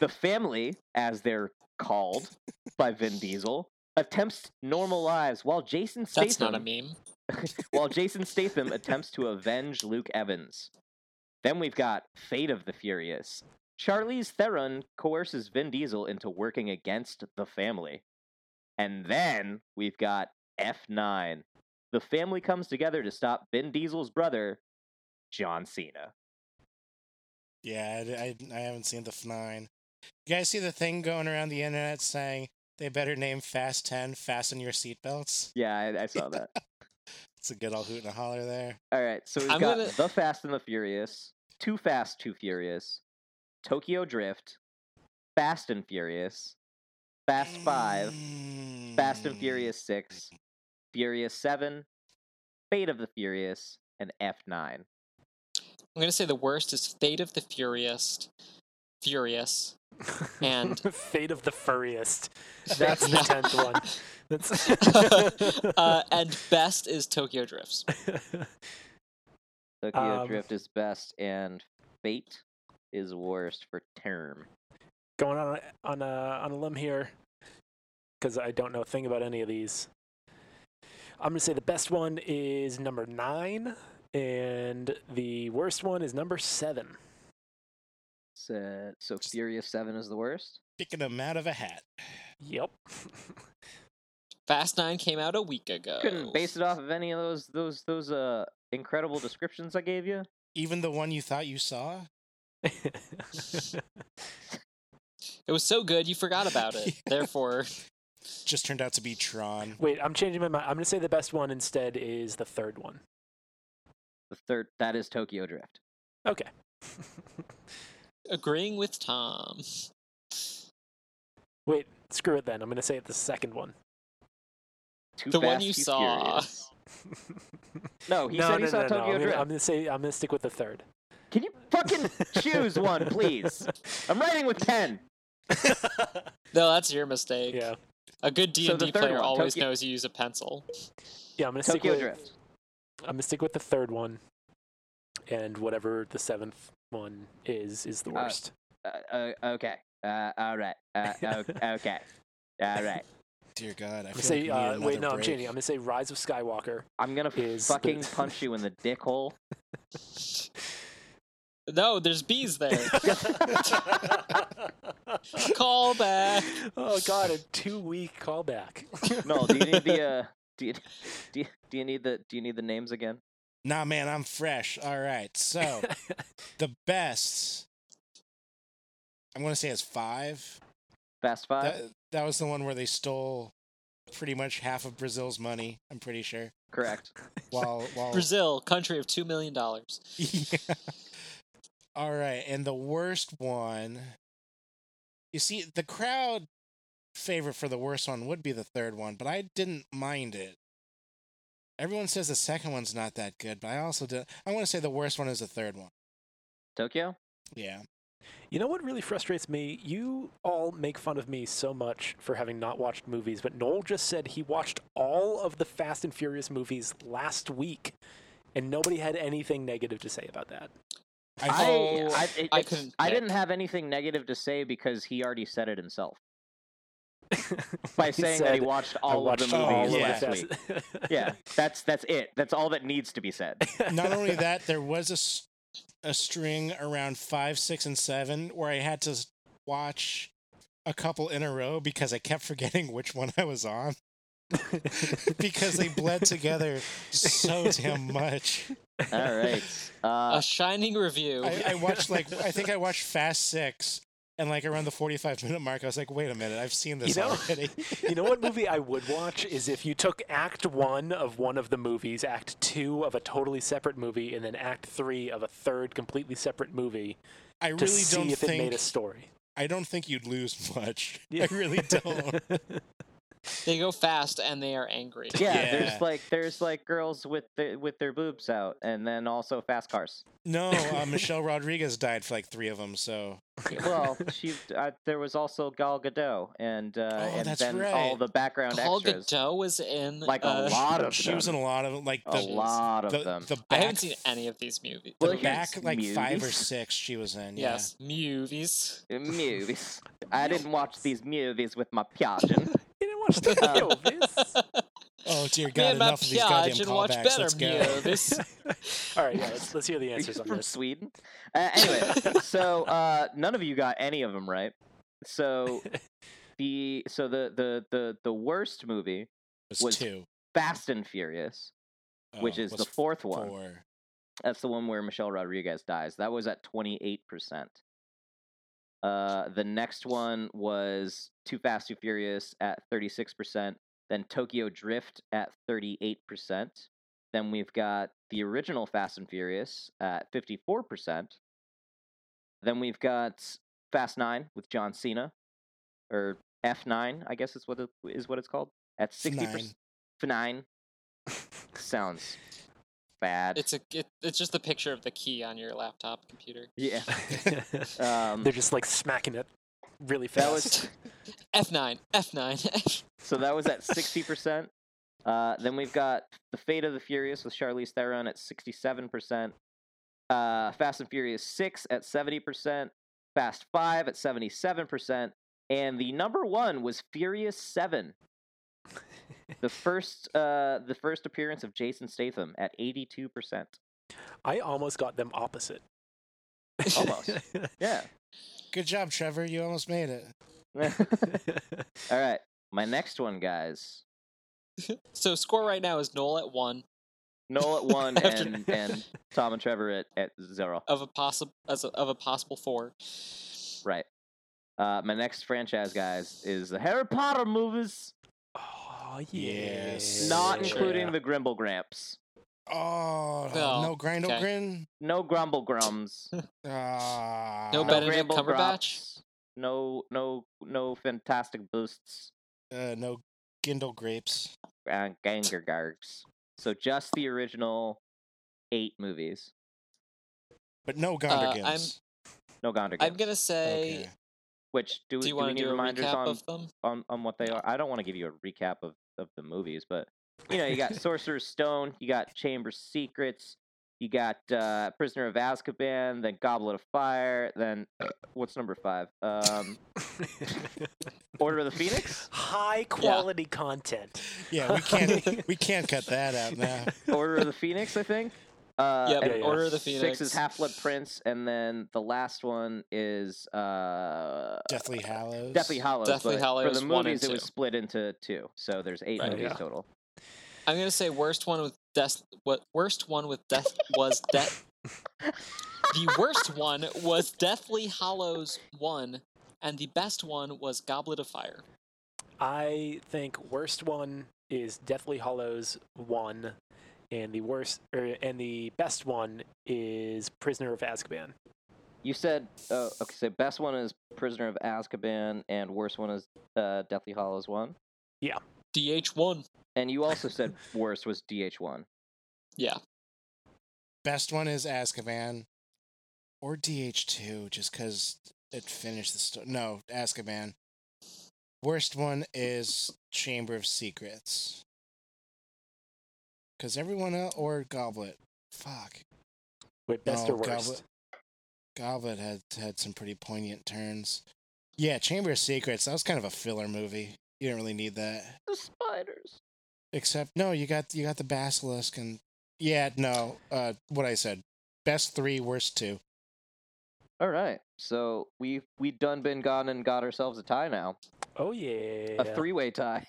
[SPEAKER 1] The family, as they're called by Vin Diesel, attempts normal lives while Jason Statham
[SPEAKER 2] That's not a meme.
[SPEAKER 1] while Jason Statham attempts to avenge Luke Evans. Then we've got Fate of the Furious. Charlize Theron coerces Vin Diesel into working against the family. And then we've got F9. The family comes together to stop Vin Diesel's brother, John Cena.
[SPEAKER 4] Yeah, I, I, I haven't seen the nine. You guys see the thing going around the internet saying they better name Fast 10 Fasten Your Seatbelts?
[SPEAKER 1] Yeah, I, I saw that.
[SPEAKER 4] It's a good old hoot and a holler there.
[SPEAKER 1] All right, so we've
[SPEAKER 2] I'm
[SPEAKER 1] got
[SPEAKER 2] gonna-
[SPEAKER 1] The Fast and the Furious, Too Fast, Too Furious, Tokyo Drift, Fast and Furious, Fast Five, Fast and
[SPEAKER 4] Mm.
[SPEAKER 1] Furious 6, Furious 7, Fate of the Furious, and F9.
[SPEAKER 2] I'm gonna say the worst is Fate of the Furious, Furious, and
[SPEAKER 3] Fate of the Furriest. That's the tenth one. That's
[SPEAKER 2] uh, and best is Tokyo Drifts.
[SPEAKER 1] Tokyo
[SPEAKER 3] Um,
[SPEAKER 1] Drift is best, and Fate is worst for term.
[SPEAKER 3] going on a- on a on a limb here because I don't know a thing about any of these. I'm gonna say the best one is number nine, and the worst one is number seven.
[SPEAKER 1] So, so Furious 7 is the worst?
[SPEAKER 4] Picking them out of a hat.
[SPEAKER 3] Yep.
[SPEAKER 2] Fast Nine came out a week ago.
[SPEAKER 1] Couldn't base it off of any of those those those uh incredible descriptions I gave you.
[SPEAKER 4] Even the one you thought you saw?
[SPEAKER 2] It was so good you forgot about it.
[SPEAKER 4] Yeah.
[SPEAKER 2] Therefore,
[SPEAKER 4] Just turned out to be Tron.
[SPEAKER 3] Wait, I'm changing my mind. I'm gonna say the best one instead is the third one.
[SPEAKER 1] The third that is Tokyo Drift.
[SPEAKER 3] Okay.
[SPEAKER 2] agreeing with Tom.
[SPEAKER 3] Wait, screw it then. I'm gonna say it the second one.
[SPEAKER 1] Too
[SPEAKER 2] the one
[SPEAKER 1] Fast,
[SPEAKER 2] you
[SPEAKER 1] Too
[SPEAKER 2] saw.
[SPEAKER 1] Furious. No, Oh, he
[SPEAKER 3] no,
[SPEAKER 1] said
[SPEAKER 3] no,
[SPEAKER 1] he saw
[SPEAKER 3] no, no.
[SPEAKER 1] Tokyo
[SPEAKER 3] I'm, gonna,
[SPEAKER 1] Drift.
[SPEAKER 3] I'm gonna say I'm gonna stick with the third.
[SPEAKER 1] Can you fucking choose one, please? I'm writing with ten.
[SPEAKER 2] No, that's your mistake.
[SPEAKER 3] yeah,
[SPEAKER 2] A good D
[SPEAKER 1] So
[SPEAKER 2] and
[SPEAKER 1] the
[SPEAKER 2] D
[SPEAKER 1] third
[SPEAKER 2] player
[SPEAKER 1] one,
[SPEAKER 2] always
[SPEAKER 1] Tokyo-
[SPEAKER 2] knows you use a pencil.
[SPEAKER 3] yeah. I'm gonna stick
[SPEAKER 1] Tokyo
[SPEAKER 3] with
[SPEAKER 1] Drift.
[SPEAKER 3] I'm gonna stick with the third one, and whatever the seventh one is is the
[SPEAKER 1] Uh,
[SPEAKER 3] worst.
[SPEAKER 1] Uh, uh, okay. Uh, all right. Uh, o- okay. All right.
[SPEAKER 4] Dear God, I
[SPEAKER 3] I'm gonna
[SPEAKER 4] feel like
[SPEAKER 3] say
[SPEAKER 4] we
[SPEAKER 3] uh,
[SPEAKER 4] need
[SPEAKER 3] wait,
[SPEAKER 4] another
[SPEAKER 3] no, I'm
[SPEAKER 4] break.
[SPEAKER 3] changing. I'm gonna say Rise of Skywalker.
[SPEAKER 1] I'm gonna
[SPEAKER 3] Is the-
[SPEAKER 1] fucking punch you in the dick hole.
[SPEAKER 2] No, there's bees there. Call back.
[SPEAKER 3] Oh God, a two week callback.
[SPEAKER 1] No, do you need the uh? Do you, do you, do you need the do you need the names again?
[SPEAKER 4] Nah, man, I'm fresh. All right, so the best. I'm gonna say it's five.
[SPEAKER 1] Fast Five.
[SPEAKER 4] That, that was the one where they stole pretty much half of Brazil's money. I'm pretty sure.
[SPEAKER 1] Correct.
[SPEAKER 4] While
[SPEAKER 1] Oh.
[SPEAKER 4] while
[SPEAKER 2] Brazil, country of two million dollars.
[SPEAKER 4] yeah. All right, and the worst one. You see, the crowd favorite for the worst one would be the third one, but I didn't mind it. Everyone says the second one's not that good, but I also did. I want to say the worst one is the third one.
[SPEAKER 1] Tokyo.
[SPEAKER 4] Yeah.
[SPEAKER 3] You know what really frustrates me? You all make fun of me so much for having not watched movies, but Noel just said he watched all of the Fast and Furious movies last week, and nobody had anything negative to say about that.
[SPEAKER 4] I,
[SPEAKER 1] I
[SPEAKER 4] thought-
[SPEAKER 2] Oh,
[SPEAKER 1] I, it-
[SPEAKER 2] I
[SPEAKER 1] it's-
[SPEAKER 2] couldn't
[SPEAKER 1] I
[SPEAKER 2] pick.
[SPEAKER 1] didn't have anything negative to say because he already said it himself by saying that he
[SPEAKER 3] said,
[SPEAKER 1] watched
[SPEAKER 3] "I
[SPEAKER 1] all of the
[SPEAKER 3] watched all
[SPEAKER 1] movies
[SPEAKER 4] of the
[SPEAKER 1] last
[SPEAKER 3] Fast-
[SPEAKER 1] week. Yeah, that's that's it. That's all that needs to be said.
[SPEAKER 4] not only that, there was a, s- a string around five, six, and seven where I had to s- watch a couple in a row because I kept forgetting which one I was on because they bled together so damn much.
[SPEAKER 1] All right.
[SPEAKER 2] a
[SPEAKER 1] Uh,
[SPEAKER 2] shining review.
[SPEAKER 4] I, I watched like I think I watched Fast Six. And like around the forty-five minute mark, I was like, "Wait a minute! I've seen this
[SPEAKER 3] You know-
[SPEAKER 4] already."
[SPEAKER 3] You know what movie I would watch is if you took Act One of one of the movies, Act Two of a totally separate movie, and then Act Three of a third completely separate movie
[SPEAKER 4] I
[SPEAKER 3] to
[SPEAKER 4] really
[SPEAKER 3] see
[SPEAKER 4] don't
[SPEAKER 3] if it made
[SPEAKER 4] think
[SPEAKER 3] a story.
[SPEAKER 4] I don't think you'd lose much.
[SPEAKER 3] Yeah.
[SPEAKER 4] I really don't.
[SPEAKER 2] They go fast and they are angry.
[SPEAKER 1] yeah,
[SPEAKER 4] Oh, Yeah.
[SPEAKER 1] there's like there's like girls with the, with their boobs out, and then also fast cars.
[SPEAKER 4] No, uh, Michelle Rodriguez died for like three of them, so
[SPEAKER 1] Well, she uh, there was also Gal Gadot and uh,
[SPEAKER 4] Oh,
[SPEAKER 1] and
[SPEAKER 4] that's
[SPEAKER 1] then all
[SPEAKER 4] right.
[SPEAKER 1] the background
[SPEAKER 2] Gal
[SPEAKER 1] extras,
[SPEAKER 2] Gadot was in
[SPEAKER 1] like a
[SPEAKER 2] uh,
[SPEAKER 1] lot of
[SPEAKER 4] She was in
[SPEAKER 1] them.
[SPEAKER 4] a lot of like
[SPEAKER 1] a
[SPEAKER 4] the
[SPEAKER 1] lot of
[SPEAKER 4] the,
[SPEAKER 1] them.
[SPEAKER 4] the
[SPEAKER 2] I
[SPEAKER 4] back,
[SPEAKER 2] haven't seen any of these movies.
[SPEAKER 4] the
[SPEAKER 1] Well, here's
[SPEAKER 4] back like five or
[SPEAKER 1] movies.
[SPEAKER 4] six she was in. Yeah.
[SPEAKER 2] Yes, movies.
[SPEAKER 1] movies. I didn't watch these movies with my pigeon.
[SPEAKER 3] You didn't watch the video.
[SPEAKER 1] Um,
[SPEAKER 3] Vince.
[SPEAKER 4] Oh dear
[SPEAKER 2] Me
[SPEAKER 4] God,
[SPEAKER 2] and my
[SPEAKER 4] enough of these goddamn
[SPEAKER 2] Piage and watch
[SPEAKER 4] callbacks.
[SPEAKER 2] better
[SPEAKER 4] Let's
[SPEAKER 1] uh,
[SPEAKER 4] go.
[SPEAKER 2] movies.
[SPEAKER 3] All right, yeah, let's, let's hear the
[SPEAKER 1] Are you
[SPEAKER 3] answers on
[SPEAKER 1] from
[SPEAKER 3] this.
[SPEAKER 1] Sweden. Uh, anyway, so uh, none of you got any of them right. So the so the the the the worst movie,
[SPEAKER 4] It
[SPEAKER 1] Was
[SPEAKER 4] was two,
[SPEAKER 1] Fast and Furious,
[SPEAKER 4] Oh,
[SPEAKER 1] which is
[SPEAKER 4] was
[SPEAKER 1] the fourth one.
[SPEAKER 4] four.
[SPEAKER 1] That's the one where Michelle Rodriguez dies. That was at 28%. Uh, the next one was Too Fast, Too Furious at 36%. Then Tokyo Drift at 38%. Then we've got the original Fast and Furious at 54%. Then we've got Fast 9 with John Cena, or F9, I guess is what it, is what it's called, at 60%. F9. Sounds bad.
[SPEAKER 2] It's a it, it's just the picture of the key on your laptop computer.
[SPEAKER 1] Yeah. Um,
[SPEAKER 3] They're just like smacking it really
[SPEAKER 1] that
[SPEAKER 3] fast.
[SPEAKER 1] was
[SPEAKER 2] F nine, F nine.
[SPEAKER 1] so that was at sixty percent. Uh, then we've got the Fate of the Furious with Charlize Theron at sixty-seven percent. Uh, Fast and Furious Six at seventy percent. Fast Five at seventy-seven percent. And the number one was Furious Seven. The first, uh, the first appearance of Jason Statham at eighty-two percent.
[SPEAKER 3] I almost got them opposite.
[SPEAKER 1] Almost. Yeah.
[SPEAKER 4] Good job, Trevor. You almost made it.
[SPEAKER 1] All right. My next one, guys.
[SPEAKER 2] so score right now is Noel at one
[SPEAKER 1] Noel at one
[SPEAKER 2] After-
[SPEAKER 1] and, and Tom and Trevor at, at zero.
[SPEAKER 2] of a possible as a, of a possible four.
[SPEAKER 1] Right. Uh, my next franchise, guys, is the Harry Potter movies,
[SPEAKER 3] oh,
[SPEAKER 4] Yes.
[SPEAKER 3] yes.
[SPEAKER 1] not
[SPEAKER 2] Sure.
[SPEAKER 1] including the Grimble Gramps.
[SPEAKER 4] Oh,
[SPEAKER 2] Well,
[SPEAKER 4] no grind, no
[SPEAKER 2] okay.
[SPEAKER 4] grin.
[SPEAKER 1] No Grumble Grums.
[SPEAKER 4] Ah,
[SPEAKER 2] No
[SPEAKER 1] no
[SPEAKER 2] Benedict
[SPEAKER 1] Gramble
[SPEAKER 2] Cumberbatch?
[SPEAKER 1] Grumps, No, no, no fantastic boosts
[SPEAKER 4] uh, no Gindle grapes.
[SPEAKER 1] and Ganger uh, Gargs. So just the original eight movies.
[SPEAKER 4] But no Gondorgins.
[SPEAKER 2] Uh, I'm-
[SPEAKER 1] No Gonder
[SPEAKER 2] I'm
[SPEAKER 1] Grumps,
[SPEAKER 2] gonna say.
[SPEAKER 4] Okay.
[SPEAKER 1] Which do,
[SPEAKER 2] Do you
[SPEAKER 1] do we
[SPEAKER 2] want to
[SPEAKER 1] need
[SPEAKER 2] do a
[SPEAKER 1] reminders
[SPEAKER 2] recap
[SPEAKER 1] on,
[SPEAKER 2] of them?
[SPEAKER 1] on on what they are? I don't want to give you a recap of of the movies, but you know, you got Sorcerer's Stone, you got Chamber of Secrets, you got uh, Prisoner of Azkaban, then Goblet of Fire, then what's number five? Um, Order of the Phoenix.
[SPEAKER 3] High quality content.
[SPEAKER 4] Yeah, we can't we can't cut that out now.
[SPEAKER 1] Order of the Phoenix, I think. Uh,
[SPEAKER 2] Yep,
[SPEAKER 1] and
[SPEAKER 3] yeah, yeah.
[SPEAKER 2] Order of the
[SPEAKER 1] Six is
[SPEAKER 2] Phoenix.
[SPEAKER 1] Half Blood Prince, and then the last one is uh,
[SPEAKER 4] Deathly Hallows.
[SPEAKER 1] Deathly Hollows.
[SPEAKER 2] Deathly
[SPEAKER 1] but
[SPEAKER 2] Hallows
[SPEAKER 1] For the
[SPEAKER 2] 1 and
[SPEAKER 1] movies, it was
[SPEAKER 2] two.
[SPEAKER 1] split into two, so there's eight
[SPEAKER 2] Right,
[SPEAKER 1] movies
[SPEAKER 3] yeah.
[SPEAKER 1] total.
[SPEAKER 2] I'm gonna say worst one with death. What worst one with death was death. the worst one was Deathly Hollows one, and the best one was Goblet of Fire.
[SPEAKER 3] I think worst one is Deathly Hollows one, and the worst er, and the best one is Prisoner of Azkaban.
[SPEAKER 1] You said oh, okay. So best one is Prisoner of Azkaban, and worst one is uh, Deathly Hollows one.
[SPEAKER 2] DH one.
[SPEAKER 1] And you also said worst was DH one.
[SPEAKER 2] Yeah.
[SPEAKER 4] Best one is Azkaban, or DH2, just because it finished the story. No, Azkaban. Worst one is Chamber of Secrets. Cause everyone el or Goblet. Fuck.
[SPEAKER 3] Wait, best
[SPEAKER 4] No,
[SPEAKER 3] or worst?
[SPEAKER 4] Goblet. Goblet had had some pretty poignant turns. Yeah, Chamber of Secrets. That was kind of a filler movie. You didn't really need that.
[SPEAKER 1] The spiders.
[SPEAKER 4] Except no, you got you got the basilisk and yeah, no. Uh, what I said. Best three, worst two.
[SPEAKER 1] All right. So we we done been gone and got ourselves a tie now,
[SPEAKER 3] Oh yeah. Eh.
[SPEAKER 1] a three way tie,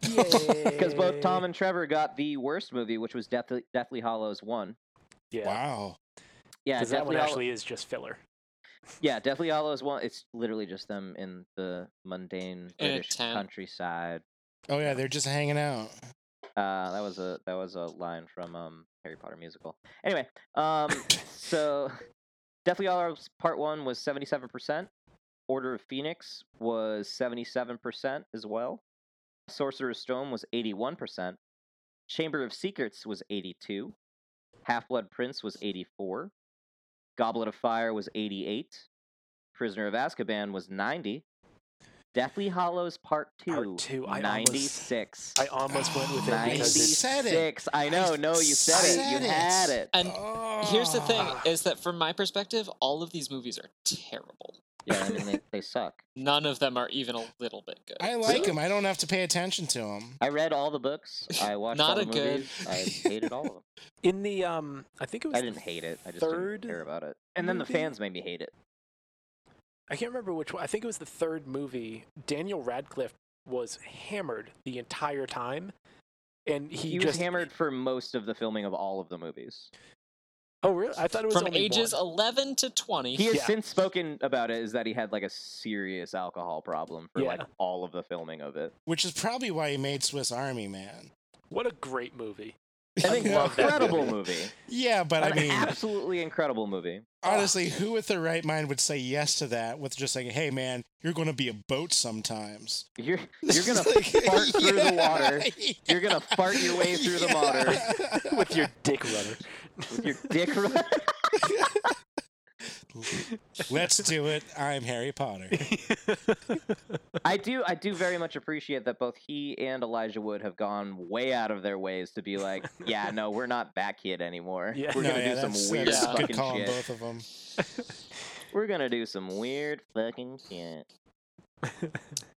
[SPEAKER 1] because
[SPEAKER 3] Because
[SPEAKER 1] both Tom and Trevor got the worst movie, which was Deathly, Deathly Hollows one.
[SPEAKER 3] yeah.
[SPEAKER 4] Wow.
[SPEAKER 1] Yeah,
[SPEAKER 3] Because that
[SPEAKER 1] Deathly
[SPEAKER 3] one
[SPEAKER 1] Hollow-
[SPEAKER 3] actually is just filler.
[SPEAKER 1] yeah, Deathly Hollows one. It's literally just them in the mundane
[SPEAKER 2] In a
[SPEAKER 1] British
[SPEAKER 2] tent.
[SPEAKER 1] countryside.
[SPEAKER 4] Oh yeah, they're just hanging out.
[SPEAKER 1] Uh, that was a that was a line from um Harry Potter musical. Anyway, um, so Deathly Hallows Part One was seventy seven percent. Order of Phoenix was seventy seven percent as well. Sorcerer's Stone was eighty one percent. Chamber of Secrets was eighty two. Half Blood Prince was eighty four. Goblet of Fire was eighty eight. Prisoner of Azkaban was 90. Deathly Hollows Part 2,
[SPEAKER 3] Part two, I almost-
[SPEAKER 1] 96.
[SPEAKER 3] I almost went with it
[SPEAKER 4] I
[SPEAKER 3] because it's
[SPEAKER 4] see. said it.
[SPEAKER 1] 96. I know, no, you said it. You
[SPEAKER 4] said it.
[SPEAKER 1] had it.
[SPEAKER 2] And here's the thing:
[SPEAKER 4] Ah.
[SPEAKER 2] is that from my perspective, all of these movies are terrible.
[SPEAKER 1] Yeah, I mean, they, they suck.
[SPEAKER 2] None of them are even a little bit good.
[SPEAKER 4] I like him. I don't have to pay attention to him.
[SPEAKER 1] I read all the books. I watched
[SPEAKER 2] Not
[SPEAKER 1] all
[SPEAKER 2] a
[SPEAKER 1] the
[SPEAKER 2] good-
[SPEAKER 1] movies. I hated all of them.
[SPEAKER 3] in the um. I think it was.
[SPEAKER 1] I
[SPEAKER 3] the
[SPEAKER 1] didn't hate it. I just
[SPEAKER 3] third
[SPEAKER 1] didn't care about it. And then the
[SPEAKER 3] movie?
[SPEAKER 1] fans made me hate it.
[SPEAKER 3] I can't remember which one. I think it was the third movie. Daniel Radcliffe was hammered the entire time, and he,
[SPEAKER 1] He,
[SPEAKER 3] just
[SPEAKER 1] was hammered for most of the filming of all of the movies.
[SPEAKER 3] Oh, really? I thought it was
[SPEAKER 2] From
[SPEAKER 3] only
[SPEAKER 2] ages
[SPEAKER 3] one.
[SPEAKER 2] 11 to 20,
[SPEAKER 1] He has
[SPEAKER 3] Yeah.
[SPEAKER 1] since spoken about it is that he had like a serious alcohol problem for like
[SPEAKER 3] Yeah.
[SPEAKER 1] all of the filming of it.
[SPEAKER 4] Which is probably why he made Swiss Army Man.
[SPEAKER 3] What a great movie!
[SPEAKER 1] An
[SPEAKER 3] I love that
[SPEAKER 1] incredible movie.
[SPEAKER 4] Yeah, but I
[SPEAKER 1] An
[SPEAKER 4] mean,
[SPEAKER 1] absolutely incredible movie.
[SPEAKER 4] honestly, who with the right mind would say yes to that with just saying, "Hey, man, you're going to be a boat sometimes.
[SPEAKER 1] You're you're gonna
[SPEAKER 4] Like,
[SPEAKER 1] fart through the water.
[SPEAKER 4] yeah,
[SPEAKER 1] You're gonna fart your way through the water.
[SPEAKER 4] yeah.
[SPEAKER 3] With your dick runner.
[SPEAKER 1] with Your dick. ru-
[SPEAKER 4] Let's do it. I'm Harry Potter.
[SPEAKER 1] I do I do very much appreciate that both he and Elijah Wood have gone way out of their ways to be like, yeah, no, we're not that kid anymore.
[SPEAKER 3] Yeah.
[SPEAKER 1] We're
[SPEAKER 4] No,
[SPEAKER 1] gonna
[SPEAKER 4] yeah,
[SPEAKER 1] do
[SPEAKER 4] that's-
[SPEAKER 1] some weird
[SPEAKER 4] that's a
[SPEAKER 1] fucking
[SPEAKER 4] good call on
[SPEAKER 1] shit.
[SPEAKER 4] both of them.
[SPEAKER 1] We're gonna do some weird fucking shit.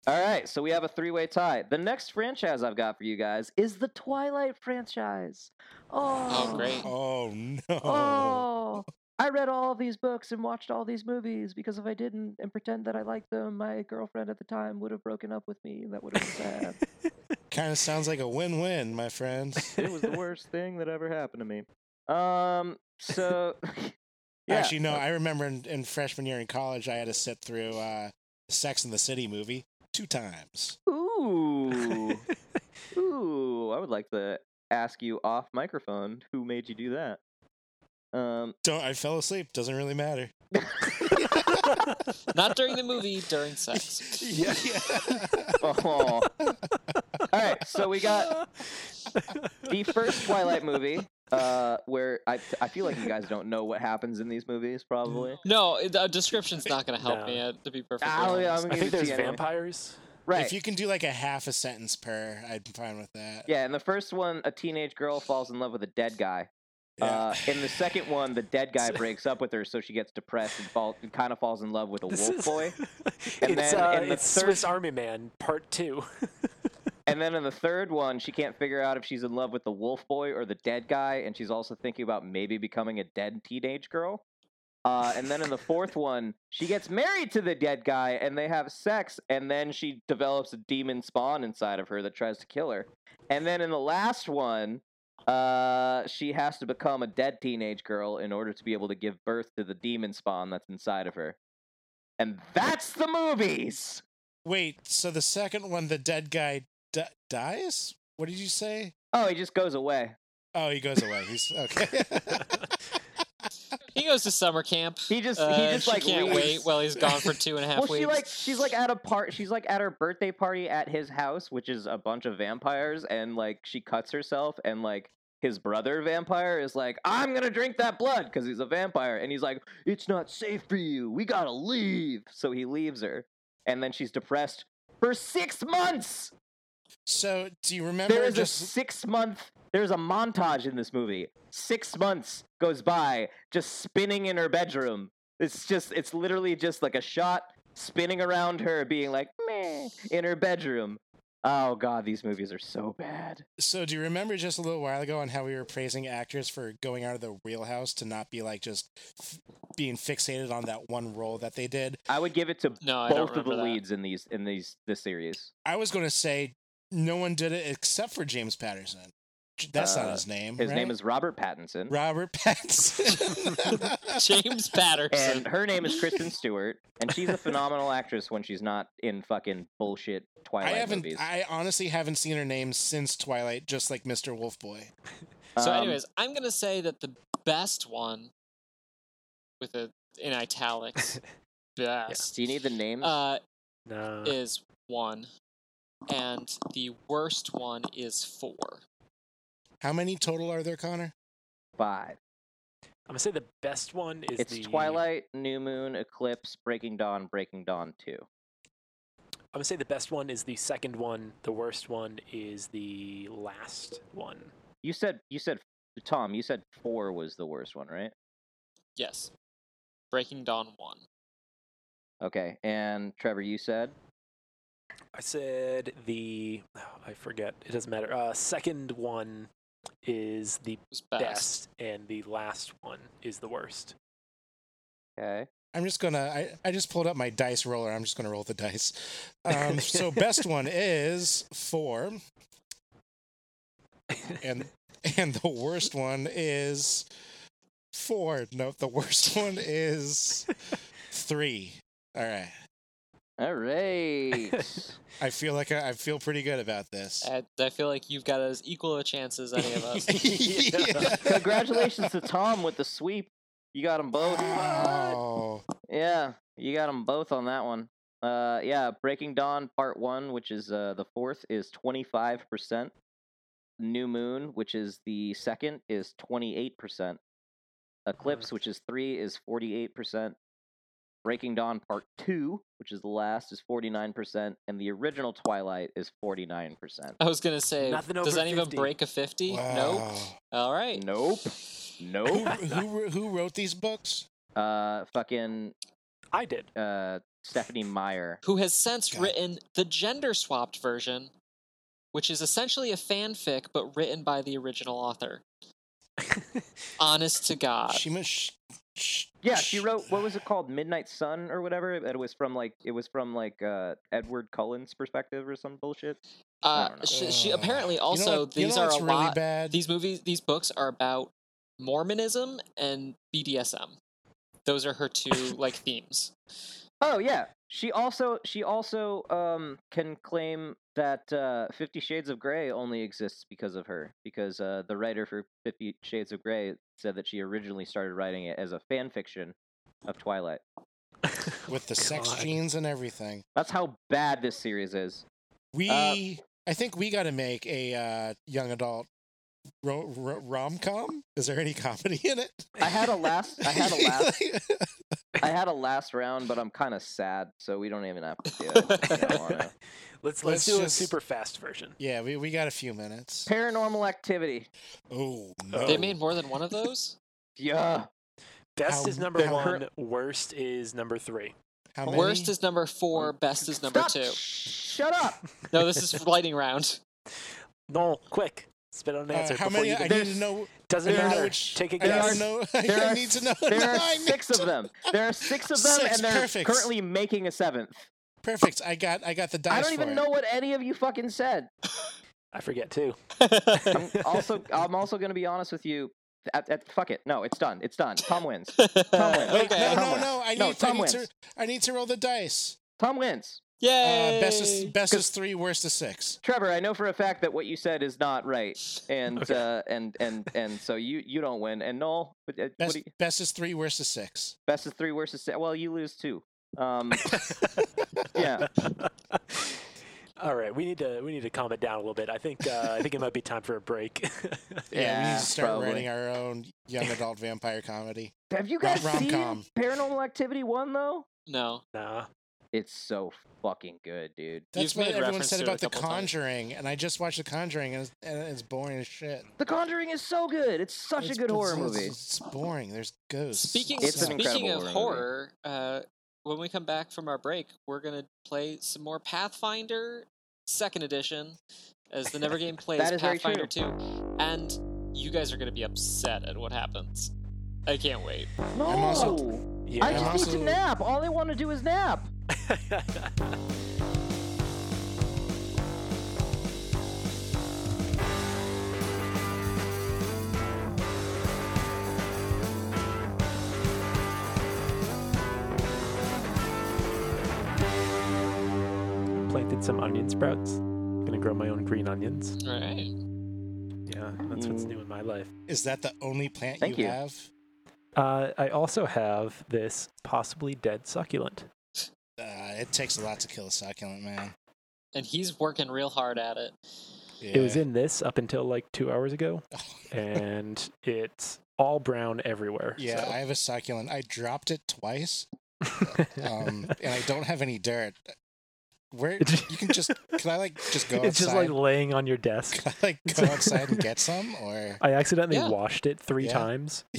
[SPEAKER 1] All right, so we have a three-way tie. The next franchise I've got for you guys is the Twilight franchise. Oh,
[SPEAKER 2] Oh, great.
[SPEAKER 4] Oh no.
[SPEAKER 1] Oh, I read all of these books and watched all these movies because if I didn't and pretend that I liked them, my girlfriend at the time would have broken up with me. and That would have been sad.
[SPEAKER 4] Kind of sounds like a win-win, my friends.
[SPEAKER 1] it was the worst thing that ever happened to me. Um, so yeah,
[SPEAKER 4] Actually, no. I remember in, in freshman year in college, I had to sit through uh, Sex and the City movie two times.
[SPEAKER 1] ooh, ooh, I would like to ask you off microphone who made you do that. Um,
[SPEAKER 4] Don't I fell asleep? Doesn't really matter.
[SPEAKER 2] not during the movie, during sex.
[SPEAKER 4] Yeah.
[SPEAKER 1] oh. all right, so we got the first Twilight movie, uh, where I, I feel like you guys don't know what happens in these movies, probably.
[SPEAKER 2] No, it- a description's not going to help
[SPEAKER 3] No.
[SPEAKER 2] me, uh, to be perfectly
[SPEAKER 1] Oh, yeah,
[SPEAKER 2] honest.
[SPEAKER 1] I'm
[SPEAKER 3] I think
[SPEAKER 1] Give it to
[SPEAKER 3] there's
[SPEAKER 1] you anyway.
[SPEAKER 3] vampires.
[SPEAKER 1] Right.
[SPEAKER 4] If you can do like a half a sentence per, I'd be fine with that.
[SPEAKER 1] Yeah, in the first one, a teenage girl falls in love with a dead guy. Uh, in the second one, the dead guy breaks up with her, so she gets depressed and, fall, and kind of falls in love with a
[SPEAKER 3] This
[SPEAKER 1] wolf
[SPEAKER 3] is-
[SPEAKER 1] boy. And
[SPEAKER 3] it's
[SPEAKER 1] then
[SPEAKER 3] uh,
[SPEAKER 1] in the
[SPEAKER 3] it's
[SPEAKER 1] third-
[SPEAKER 3] Swiss Army Man Part Two.
[SPEAKER 1] And then in the third one, she can't figure out if she's in love with the wolf boy or the dead guy, and she's also thinking about maybe becoming a dead teenage girl. Uh, and then in the fourth one, she gets married to the dead guy, and they have sex, and then she develops a demon spawn inside of her that tries to kill her. And then in the last one, uh, she has to become a dead teenage girl in order to be able to give birth to the demon spawn that's inside of her. And that's the movies.
[SPEAKER 4] Wait. So the second one, the dead guy d- dies. What did you say?
[SPEAKER 1] Oh, he just goes away.
[SPEAKER 4] Oh, he goes away. He's okay.
[SPEAKER 2] He goes to summer camp.
[SPEAKER 1] He just
[SPEAKER 2] Uh,
[SPEAKER 1] he just
[SPEAKER 2] she
[SPEAKER 1] like
[SPEAKER 2] can't
[SPEAKER 1] leaves.
[SPEAKER 2] wait while he's gone for two and a half
[SPEAKER 1] well,
[SPEAKER 2] weeks.
[SPEAKER 1] she like she's like at a part. She's like at her birthday party at his house, which is a bunch of vampires, and like she cuts herself, and like his brother vampire is like, "I'm gonna drink that blood" because he's a vampire, and he's like, "It's not safe for you. We gotta leave." So he leaves her, and then she's depressed for six months.
[SPEAKER 4] so do you remember?
[SPEAKER 1] There is a
[SPEAKER 4] just
[SPEAKER 1] six month. There's a montage in this movie. Six months goes by just spinning in her bedroom. It's just. It's literally just like a shot spinning around her, being like meh in her bedroom. Oh god, these movies are so bad.
[SPEAKER 4] So, do you remember just a little while ago on how we were praising actors for going out of their wheelhouse to not be like just f- being fixated on that one role that they did?
[SPEAKER 1] I would give it to
[SPEAKER 2] no, I don't
[SPEAKER 1] both of the
[SPEAKER 2] remember that.
[SPEAKER 1] leads in these in these this series.
[SPEAKER 4] I was going to say no one did it except for James Patterson. J- That's
[SPEAKER 1] Uh,
[SPEAKER 4] not his name.
[SPEAKER 1] His name
[SPEAKER 4] right?
[SPEAKER 1] is Robert Pattinson,
[SPEAKER 4] Robert Pattinson.
[SPEAKER 2] James Patterson.
[SPEAKER 1] and her name is Kristen Stewart, and she's a phenomenal actress when she's not in fucking bullshit
[SPEAKER 4] I
[SPEAKER 1] Twilight
[SPEAKER 4] haven't.
[SPEAKER 1] movies.
[SPEAKER 4] I honestly haven't seen her name since Twilight, just like Mr. Wolfboy.
[SPEAKER 2] So,
[SPEAKER 1] Um,
[SPEAKER 2] anyways, I'm gonna say that the best one, with a in italics, best
[SPEAKER 1] do you need the names?
[SPEAKER 2] uh,
[SPEAKER 3] no.
[SPEAKER 2] is one, and the worst one is four.
[SPEAKER 4] How many total are there, Connor?
[SPEAKER 1] Five.
[SPEAKER 3] I'm gonna say the best one is
[SPEAKER 1] It's
[SPEAKER 3] the
[SPEAKER 1] Twilight, New Moon, Eclipse, Breaking Dawn, Breaking Dawn 2.
[SPEAKER 3] I'm gonna say the best one is the second one. The worst one is the last one.
[SPEAKER 1] You said you said Tom, you said 4 was the worst one, right?
[SPEAKER 2] Yes. Breaking Dawn 1.
[SPEAKER 1] Okay. And Trevor, you said
[SPEAKER 3] I said the oh, I forget. It doesn't matter. Uh, second one is the
[SPEAKER 2] It was
[SPEAKER 3] best.
[SPEAKER 2] best.
[SPEAKER 3] and the last one is the worst.
[SPEAKER 1] okay.
[SPEAKER 4] I'm just gonna. I, I just pulled up my dice roller. I'm just gonna roll the dice. Um, so best one is four, and and the worst one is four. No, the worst one is three. All right.
[SPEAKER 1] All right.
[SPEAKER 4] I feel like I, I feel pretty good about this.
[SPEAKER 2] I, I feel like you've got as equal a chance as any of us.
[SPEAKER 3] Yeah.
[SPEAKER 1] Congratulations to Tom with the sweep. You got them both.
[SPEAKER 4] Wow.
[SPEAKER 1] Yeah, you got them both on that one. Uh, yeah, Breaking Dawn Part One, which is uh, the fourth, is twenty five percent. New Moon, which is the second, is twenty eight percent. Eclipse, which is three, is forty eight percent. Breaking Dawn Part Two, which is the last, is forty nine percent, and the original Twilight is forty nine percent.
[SPEAKER 2] I was gonna say,
[SPEAKER 3] Nothing
[SPEAKER 2] does
[SPEAKER 3] over
[SPEAKER 2] that even
[SPEAKER 3] 50.
[SPEAKER 2] break a fifty?
[SPEAKER 4] Wow.
[SPEAKER 2] Nope. All right.
[SPEAKER 1] Nope.
[SPEAKER 4] Who,
[SPEAKER 1] Nope.
[SPEAKER 4] who who wrote these books?
[SPEAKER 1] uh, fucking
[SPEAKER 3] I did.
[SPEAKER 1] uh Stephanie Meyer.
[SPEAKER 2] Who has since
[SPEAKER 4] God.
[SPEAKER 2] written the gender swapped version, which is essentially a fanfic but written by the original author. Honest to God.
[SPEAKER 4] She must. Sh- sh-
[SPEAKER 1] Yeah, she
[SPEAKER 4] sh-
[SPEAKER 1] wrote what was it called, Midnight Sun or whatever. It was from like it was from like uh Edward Cullen's perspective or some bullshit. I
[SPEAKER 2] Uh,
[SPEAKER 1] don't know.
[SPEAKER 2] she, she
[SPEAKER 4] Ugh.
[SPEAKER 2] apparently
[SPEAKER 4] Oh. You know
[SPEAKER 2] also
[SPEAKER 4] what- you
[SPEAKER 2] these
[SPEAKER 4] know
[SPEAKER 2] are
[SPEAKER 4] what's
[SPEAKER 2] a
[SPEAKER 4] really
[SPEAKER 2] lot.
[SPEAKER 4] bad?
[SPEAKER 2] These movies, these books are about Mormonism and BDSM. Those are her two like themes.
[SPEAKER 1] Oh yeah, she also she also um can claim that uh Fifty Shades of Grey only exists because of her because uh the writer for Fifty Shades of Grey said that she originally started writing it as a fan fiction of Twilight.
[SPEAKER 4] with the sex
[SPEAKER 3] God.
[SPEAKER 4] genes and everything.
[SPEAKER 1] That's how bad this series is.
[SPEAKER 4] We, I think we got to make a uh, young adult ro- ro- rom com. Is there any comedy in it?
[SPEAKER 1] I had a last I had a last
[SPEAKER 4] Like,
[SPEAKER 1] I had a last round, but I'm kind of sad, so we don't even have to do it. if you don't wanna.
[SPEAKER 3] Let's let's,
[SPEAKER 4] Let's
[SPEAKER 3] do
[SPEAKER 4] just-
[SPEAKER 3] a super fast version.
[SPEAKER 4] yeah, we, we got a few minutes.
[SPEAKER 1] Paranormal Activity.
[SPEAKER 4] Oh no!
[SPEAKER 2] They made more than one of those.
[SPEAKER 1] Yeah.
[SPEAKER 3] Best
[SPEAKER 4] How-
[SPEAKER 3] is number
[SPEAKER 4] how-
[SPEAKER 3] one. Worst is number three.
[SPEAKER 4] How many?
[SPEAKER 2] Worst is number four. Best is number
[SPEAKER 1] Stop!
[SPEAKER 2] two.
[SPEAKER 1] Shut up.
[SPEAKER 2] No, this is lightning round.
[SPEAKER 3] No, quick, spit out an
[SPEAKER 4] Uh,
[SPEAKER 3] answer.
[SPEAKER 4] how
[SPEAKER 3] before
[SPEAKER 4] many?
[SPEAKER 3] You
[SPEAKER 4] I
[SPEAKER 3] think-
[SPEAKER 4] need to know. I
[SPEAKER 3] Doesn't
[SPEAKER 4] need to know
[SPEAKER 3] matter.
[SPEAKER 4] which.
[SPEAKER 3] Take a
[SPEAKER 4] I need
[SPEAKER 3] guess.
[SPEAKER 4] to know.
[SPEAKER 1] There
[SPEAKER 4] I
[SPEAKER 1] are-
[SPEAKER 4] need to know.
[SPEAKER 1] There are
[SPEAKER 4] I need
[SPEAKER 1] six
[SPEAKER 4] to-
[SPEAKER 1] of them. There are six of them,
[SPEAKER 4] Six
[SPEAKER 1] and they're
[SPEAKER 4] perfects.
[SPEAKER 1] currently making a seventh.
[SPEAKER 4] Perfect. I got. I got the dice.
[SPEAKER 1] I don't
[SPEAKER 4] for
[SPEAKER 1] even
[SPEAKER 4] it.
[SPEAKER 1] know what any of you fucking said.
[SPEAKER 3] I forget too.
[SPEAKER 1] I'm also, I'm also gonna be honest with you. At, at, fuck it. No, it's done. It's done. Tom wins.
[SPEAKER 4] Wait,
[SPEAKER 2] okay.
[SPEAKER 4] No,
[SPEAKER 1] Tom
[SPEAKER 4] no,
[SPEAKER 1] wins.
[SPEAKER 4] no. I need,
[SPEAKER 1] No,
[SPEAKER 4] I
[SPEAKER 1] Tom
[SPEAKER 4] need to.
[SPEAKER 1] wins.
[SPEAKER 4] I need to roll the dice.
[SPEAKER 1] Tom wins.
[SPEAKER 4] Uh,
[SPEAKER 2] Yay!
[SPEAKER 4] best is best is
[SPEAKER 1] Cause-
[SPEAKER 4] three. Worst is six.
[SPEAKER 1] Trevor, I know for a fact that what you said is not right, and
[SPEAKER 3] Okay.
[SPEAKER 1] uh, and and and so you you don't win. And Noel, what, uh, what
[SPEAKER 4] Best
[SPEAKER 1] do you,
[SPEAKER 4] best is three. Worst is six.
[SPEAKER 1] best is three, worst is six. Well, you lose two. Um, yeah.
[SPEAKER 3] All right, we need to we need to calm it down a little bit. I think uh, I think it might be time for a break.
[SPEAKER 4] Yeah, we
[SPEAKER 1] Yeah,
[SPEAKER 4] need to start
[SPEAKER 1] probably.
[SPEAKER 4] writing our own young adult vampire comedy.
[SPEAKER 1] Have you
[SPEAKER 4] Not
[SPEAKER 1] guys
[SPEAKER 4] rom-com.
[SPEAKER 1] seen Paranormal Activity one though?
[SPEAKER 2] No.
[SPEAKER 3] nah.
[SPEAKER 1] It's so fucking good, dude.
[SPEAKER 4] That's
[SPEAKER 2] You've
[SPEAKER 4] what
[SPEAKER 2] made
[SPEAKER 4] everyone
[SPEAKER 2] reference
[SPEAKER 4] said
[SPEAKER 2] to it a
[SPEAKER 4] about The
[SPEAKER 2] couple times.
[SPEAKER 4] Conjuring, and I just watched The Conjuring, and it's, and it's boring as shit.
[SPEAKER 1] The Conjuring is so good. It's such
[SPEAKER 4] It's-
[SPEAKER 1] a good horror
[SPEAKER 4] it's- it's-
[SPEAKER 1] movie.
[SPEAKER 4] It's boring. There's ghosts.
[SPEAKER 2] Speaking
[SPEAKER 1] It's an
[SPEAKER 2] speaking
[SPEAKER 1] incredible
[SPEAKER 2] of
[SPEAKER 1] horror movie.
[SPEAKER 2] horror, uh, when we come back from our break, we're gonna play some more Pathfinder Second Edition, as the Never Game plays
[SPEAKER 1] is very
[SPEAKER 2] Pathfinder Two, and you guys are gonna be upset at what happens. I can't wait.
[SPEAKER 1] No,
[SPEAKER 4] I'm also-
[SPEAKER 3] Yeah.
[SPEAKER 1] I just
[SPEAKER 4] I'm
[SPEAKER 1] need
[SPEAKER 4] also-
[SPEAKER 1] to nap. All I want to do is nap.
[SPEAKER 3] Planted some onion sprouts. Gonna grow my own green onions.
[SPEAKER 2] All right.
[SPEAKER 3] Yeah, that's what's
[SPEAKER 1] Mm.
[SPEAKER 3] new in my life.
[SPEAKER 4] is that the only plant
[SPEAKER 1] Thank you.
[SPEAKER 4] have?
[SPEAKER 3] Uh, I also have this possibly dead succulent.
[SPEAKER 4] Uh, it takes a lot to kill a succulent, man.
[SPEAKER 2] And he's working real hard at it.
[SPEAKER 4] Yeah.
[SPEAKER 3] It was in this up until like two hours ago,
[SPEAKER 4] Oh,
[SPEAKER 3] and it all brown everywhere.
[SPEAKER 4] Yeah, I have a succulent. I dropped it twice, um, and I don't have any dirt. Where
[SPEAKER 3] It's-
[SPEAKER 4] you can just can I like just go outside?
[SPEAKER 3] it's just like laying on your desk.
[SPEAKER 4] can I like go outside and get some, or
[SPEAKER 3] I accidentally
[SPEAKER 2] Yeah.
[SPEAKER 3] washed it three
[SPEAKER 4] Yeah.
[SPEAKER 3] times.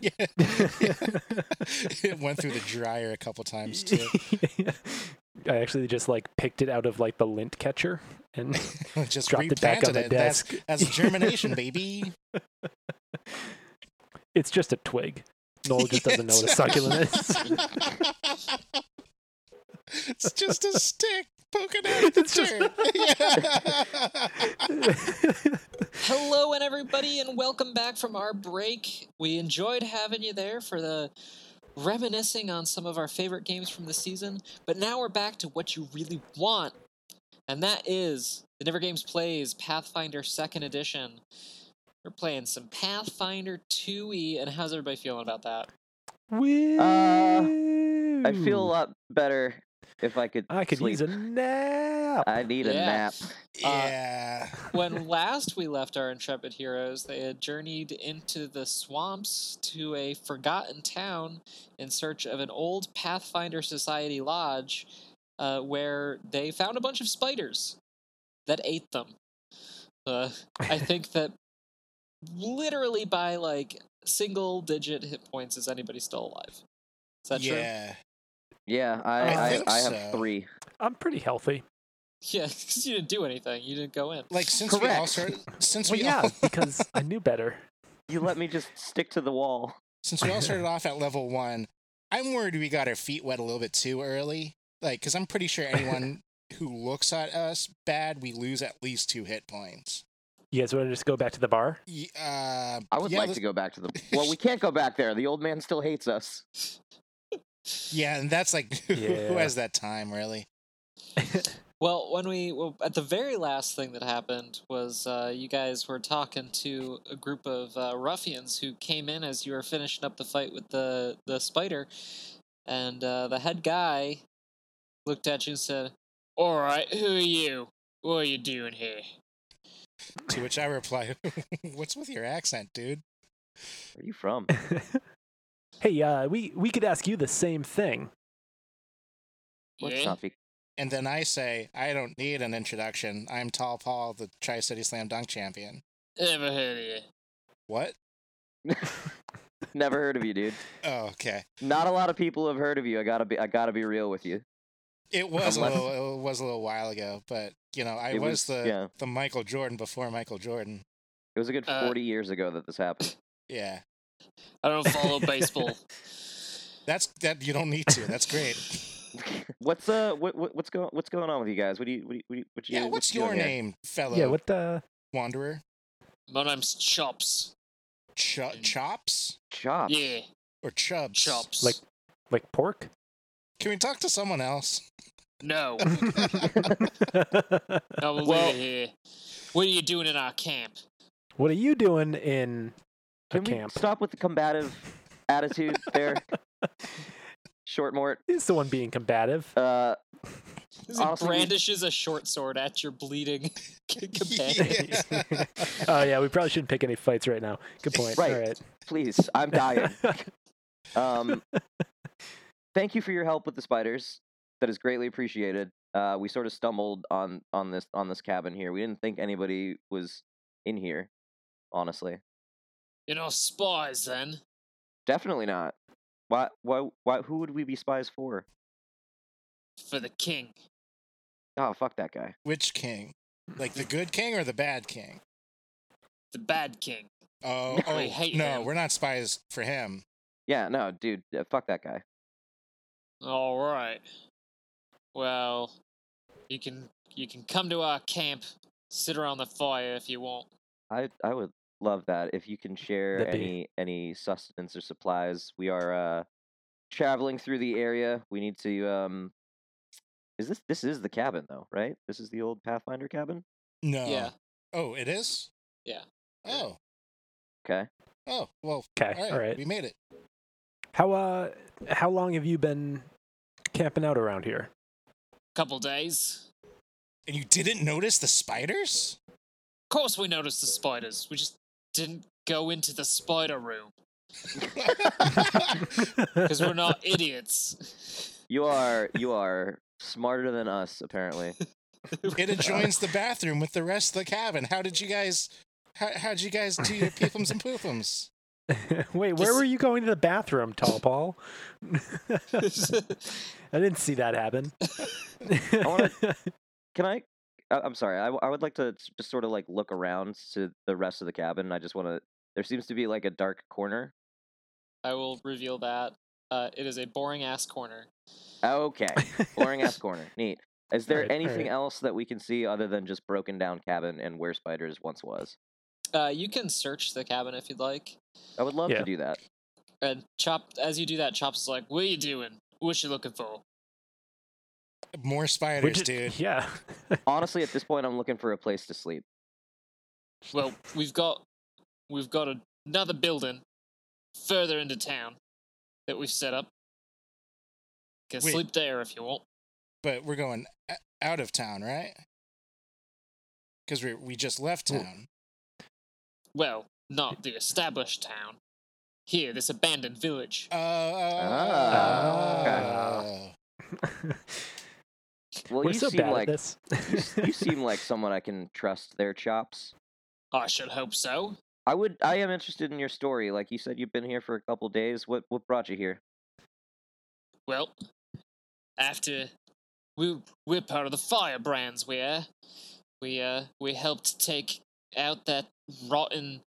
[SPEAKER 4] yeah. it went through the dryer a couple times too.
[SPEAKER 3] I actually just like picked it out of like the lint catcher and
[SPEAKER 4] just
[SPEAKER 3] dropped it back on
[SPEAKER 4] replanted
[SPEAKER 3] the
[SPEAKER 4] it. That's
[SPEAKER 3] desk.
[SPEAKER 4] that's germination, baby.
[SPEAKER 3] It's just a twig. Noel just doesn't know what a succulent is.
[SPEAKER 4] it's just a stick poking out at the
[SPEAKER 3] It's just- Uh,
[SPEAKER 4] dirt. Yeah.
[SPEAKER 2] Hello, and everybody, and welcome back from our break. We enjoyed having you there for the reminiscing on some of our favorite games from the season, but now we're back to what you really want, and that is the Never Games Plays Pathfinder Second Edition. We're playing some Pathfinder 2e, and how's everybody feeling about that?
[SPEAKER 1] Uh, I feel a lot better if I could.
[SPEAKER 3] I could
[SPEAKER 1] sleep.
[SPEAKER 3] use a nap.
[SPEAKER 1] I need a
[SPEAKER 2] Yeah.
[SPEAKER 1] nap.
[SPEAKER 4] yeah.
[SPEAKER 2] When last we left our intrepid heroes, they had journeyed into the swamps to a forgotten town in search of an old Pathfinder Society lodge uh, where they found a bunch of spiders that ate them. Uh, I think that literally by like single digit hit points is anybody still alive. Is that true?
[SPEAKER 4] yeah.
[SPEAKER 1] Yeah, I
[SPEAKER 4] I
[SPEAKER 1] I,
[SPEAKER 4] think
[SPEAKER 1] I, have
[SPEAKER 4] so.
[SPEAKER 1] three.
[SPEAKER 3] I'm pretty healthy.
[SPEAKER 2] Yeah, because you didn't do anything. You didn't go in.
[SPEAKER 4] Like since we all
[SPEAKER 1] Correct.
[SPEAKER 4] started, since
[SPEAKER 3] Well,
[SPEAKER 4] we
[SPEAKER 3] yeah,
[SPEAKER 4] all
[SPEAKER 3] because I knew better.
[SPEAKER 1] You let me just stick to the wall.
[SPEAKER 4] since we all started off at level one, I'm worried we got our feet wet a little bit too early. Like, because I'm pretty sure anyone who looks at us bad, we lose at least two hit points.
[SPEAKER 3] You guys want to just go back to the bar?
[SPEAKER 4] Y- Uh,
[SPEAKER 1] I would
[SPEAKER 4] yeah,
[SPEAKER 1] like
[SPEAKER 4] let's-
[SPEAKER 1] to go back to the. Well, we can't go back there. The old man still hates us.
[SPEAKER 4] Yeah, and that's like who,
[SPEAKER 3] Yeah.
[SPEAKER 4] has that time really?
[SPEAKER 2] Well, when we well, at the very last thing that happened was uh, you guys were talking to a group of uh, ruffians who came in as you were finishing up the fight with the the spider, and uh, the head guy looked at you and said, "All right, who are you? What are you doing here?"
[SPEAKER 4] To which I reply, "What's with your accent, dude?"
[SPEAKER 1] Where are you from?
[SPEAKER 3] hey, uh, we we could ask you the same thing.
[SPEAKER 1] Let's
[SPEAKER 2] Yeah.
[SPEAKER 1] not be.
[SPEAKER 4] And then I say, "I don't need an introduction. I'm Tall Paul, the Tri City Slam Dunk champion."
[SPEAKER 2] Ever heard of you?
[SPEAKER 4] What?
[SPEAKER 1] Never heard of you, dude.
[SPEAKER 4] Oh, okay.
[SPEAKER 1] Not a lot of people have heard of you. I gotta be. I gotta be real with you.
[SPEAKER 4] It
[SPEAKER 1] Unless-
[SPEAKER 4] was a little, it was a little while ago, but you know, I
[SPEAKER 1] It
[SPEAKER 4] was,
[SPEAKER 1] was-
[SPEAKER 4] the
[SPEAKER 1] yeah.
[SPEAKER 4] the Michael Jordan before Michael Jordan.
[SPEAKER 1] It was a good
[SPEAKER 2] Uh,
[SPEAKER 1] forty years ago that this happened.
[SPEAKER 4] Yeah,
[SPEAKER 2] I don't follow baseball.
[SPEAKER 4] that's that. You don't need to. That's great.
[SPEAKER 1] what's uh? What, what what's going? What's going on with you guys? What do you? What do you? What do you what you
[SPEAKER 4] yeah, what's
[SPEAKER 1] you
[SPEAKER 4] your
[SPEAKER 1] doing here?
[SPEAKER 4] name, fellow
[SPEAKER 3] Yeah, what uh, the?
[SPEAKER 4] wanderer?
[SPEAKER 2] My name's Chops.
[SPEAKER 4] Cho- chops
[SPEAKER 1] Chops.
[SPEAKER 2] Yeah,
[SPEAKER 4] or chubs?
[SPEAKER 2] Chops.
[SPEAKER 3] Like- Like pork?
[SPEAKER 4] Can we talk to someone else?
[SPEAKER 2] no,
[SPEAKER 3] what
[SPEAKER 2] no, we'll
[SPEAKER 1] Well-
[SPEAKER 2] leave it here. What are you doing in our camp?
[SPEAKER 3] are you doing in a
[SPEAKER 1] Can we
[SPEAKER 3] camp?
[SPEAKER 1] stop with the combative attitude there? Short mort.
[SPEAKER 3] Is the one being combative?
[SPEAKER 1] Uh,
[SPEAKER 2] As he
[SPEAKER 1] Honestly, we-
[SPEAKER 2] brandishes a short sword at your bleeding companion.
[SPEAKER 4] Yeah.
[SPEAKER 3] oh yeah, we probably shouldn't pick any fights right now. Good point.
[SPEAKER 1] Right.
[SPEAKER 3] All right.
[SPEAKER 1] please, I'm dying. Um, thank you for your help with the spiders. That is greatly appreciated. Uh, we sort of stumbled on on this on this cabin here. We didn't think anybody was in here, honestly.
[SPEAKER 2] You know, spies then.
[SPEAKER 1] Definitely not. Why why why? Who would we be spies for?
[SPEAKER 2] For the king.
[SPEAKER 1] Oh fuck that guy.
[SPEAKER 4] Which king? Like the good king or the bad king?
[SPEAKER 2] The bad king.
[SPEAKER 4] Oh,
[SPEAKER 2] No,
[SPEAKER 4] oh,
[SPEAKER 2] I hate
[SPEAKER 4] no,
[SPEAKER 2] him.
[SPEAKER 4] we're not spies for him.
[SPEAKER 1] Yeah, no, dude, uh, fuck that guy.
[SPEAKER 2] Alright. Well you can you can come to our camp, sit around the fire if you want.
[SPEAKER 1] I I would love that if you can share
[SPEAKER 3] That'd be-
[SPEAKER 1] any any sustenance or supplies. We are uh traveling through the area. We need to um is this this is the cabin though, right? This is the old Pathfinder cabin?
[SPEAKER 4] No.
[SPEAKER 2] Yeah.
[SPEAKER 4] Oh, it is.
[SPEAKER 2] Yeah.
[SPEAKER 4] Oh.
[SPEAKER 1] Okay.
[SPEAKER 4] Oh. Well.
[SPEAKER 3] Okay.
[SPEAKER 4] All right.
[SPEAKER 3] All right.
[SPEAKER 4] We made it.
[SPEAKER 3] How uh, how long have you been camping out around here?
[SPEAKER 2] Couple days.
[SPEAKER 4] And you didn't notice the spiders?
[SPEAKER 2] Of course we noticed the spiders. We just didn't go into the spider room because we're not idiots.
[SPEAKER 1] You are you are smarter than us apparently.
[SPEAKER 4] it adjoins the bathroom with the rest of the cabin. How did you guys? How how'd you guys do your peepums and poopums?
[SPEAKER 3] Wait, where
[SPEAKER 2] Just-
[SPEAKER 3] were you going to the bathroom, Tall Paul? I didn't see that happen.
[SPEAKER 1] wanna- Can I? I- I'm sorry. I, w- I would like to s- just sort of like look around to the rest of the cabin. I just want to. There seems to be like a dark corner.
[SPEAKER 2] I will reveal that uh, it is a boring ass corner.
[SPEAKER 1] Okay, boring ass corner. Neat. Is there
[SPEAKER 3] Alright,
[SPEAKER 1] anything
[SPEAKER 3] alright.
[SPEAKER 1] else that we can see other than just broken down cabin and where spiders once was?
[SPEAKER 2] Uh, you can search the cabin if you'd like.
[SPEAKER 1] I would love
[SPEAKER 3] Yeah.
[SPEAKER 1] to do that.
[SPEAKER 2] And Chop, as you do that, Chop's is like, "What you doing? What you looking for?"
[SPEAKER 4] More
[SPEAKER 3] We're
[SPEAKER 4] spiders,
[SPEAKER 3] ju-
[SPEAKER 4] dude.
[SPEAKER 3] Yeah.
[SPEAKER 1] Honestly, at this point, I'm looking for a place to sleep.
[SPEAKER 2] Well, we've got we've got another building further into town that we've set up. Can
[SPEAKER 4] Wait.
[SPEAKER 2] sleep there if you want.
[SPEAKER 4] But we're going o- out of town, right? Because we we just left
[SPEAKER 3] Well-
[SPEAKER 4] town.
[SPEAKER 2] Well, not the established town. Here, this abandoned village.
[SPEAKER 4] Oh.
[SPEAKER 1] Ah. Well,
[SPEAKER 3] we're
[SPEAKER 1] you
[SPEAKER 3] so
[SPEAKER 1] seem
[SPEAKER 3] bad
[SPEAKER 1] like
[SPEAKER 3] at this.
[SPEAKER 1] you s- you seem like someone I can trust their chops.
[SPEAKER 2] I should hope so.
[SPEAKER 1] I would. I am interested in your story. Like you said, you've been here for a couple days. What what brought you here?
[SPEAKER 2] Well, after we we're part of the firebrands, we are. We uh we helped take out that rotten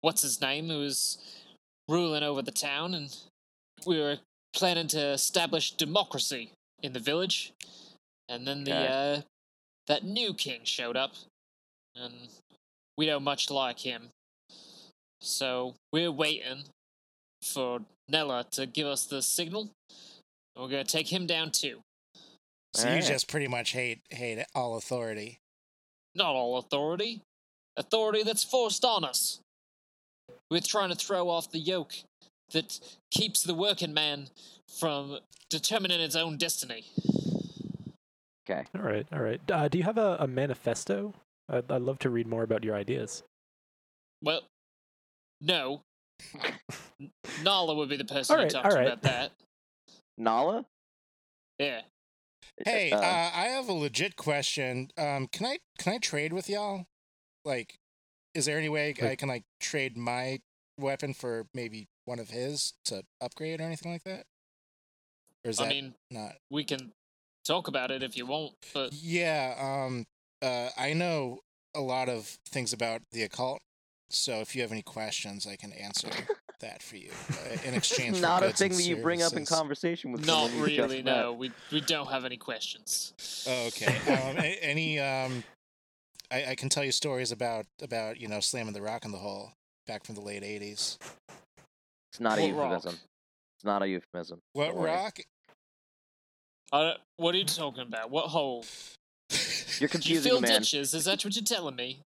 [SPEAKER 2] what's his name who was ruling over the town and we were planning to establish democracy in the village. And then the uh that new king showed up and we don't much like him. So we're waiting for Nella to give us the signal. and We're gonna take him down too.
[SPEAKER 4] So you
[SPEAKER 1] Alright.
[SPEAKER 4] just pretty much hate hate all authority.
[SPEAKER 2] Not all authority. Authority that's forced on us. We're trying to throw off the yoke that keeps the working man from determining his own destiny.
[SPEAKER 1] Okay.
[SPEAKER 3] all right, all right. Uh, do you have a, a manifesto? I'd, I'd love to read more about your ideas.
[SPEAKER 2] Well, no. N- Nala would be the person
[SPEAKER 3] Alright,
[SPEAKER 2] to talk to
[SPEAKER 3] alright.
[SPEAKER 2] about that.
[SPEAKER 1] Nala?
[SPEAKER 2] Yeah.
[SPEAKER 4] Hey,
[SPEAKER 1] Uh,
[SPEAKER 4] uh, I have a legit question. Um, can I can I trade with y'all? Like, is there any way I
[SPEAKER 3] Like-
[SPEAKER 4] can like trade my weapon for maybe one of his to upgrade or anything like that? Or is that
[SPEAKER 2] I mean,
[SPEAKER 4] not?
[SPEAKER 2] we can talk about it if you want, but
[SPEAKER 4] Yeah. Um. Uh. I know a lot of things about the occult, so if you have any questions, I can answer that for you uh, in exchange.
[SPEAKER 1] It's
[SPEAKER 4] for
[SPEAKER 1] not a
[SPEAKER 4] goods and
[SPEAKER 1] thing that you bring up in
[SPEAKER 4] services.
[SPEAKER 1] conversation with.
[SPEAKER 2] not
[SPEAKER 1] someone you just
[SPEAKER 2] really,
[SPEAKER 1] met.
[SPEAKER 2] no. We we don't have any questions.
[SPEAKER 4] Oh, okay. Um, a- any um, I, I can tell you stories about about you know slamming the rock in the hole back from the late '80s.
[SPEAKER 1] It's not a
[SPEAKER 2] What rock?
[SPEAKER 1] euphemism. It's not a euphemism.
[SPEAKER 4] What
[SPEAKER 1] Don't worry.
[SPEAKER 4] rock?
[SPEAKER 2] I don't- what are you talking about? What hole?
[SPEAKER 1] You're
[SPEAKER 2] You
[SPEAKER 1] confusing
[SPEAKER 2] fill
[SPEAKER 1] me, man.
[SPEAKER 2] ditches? Is that what you're telling me?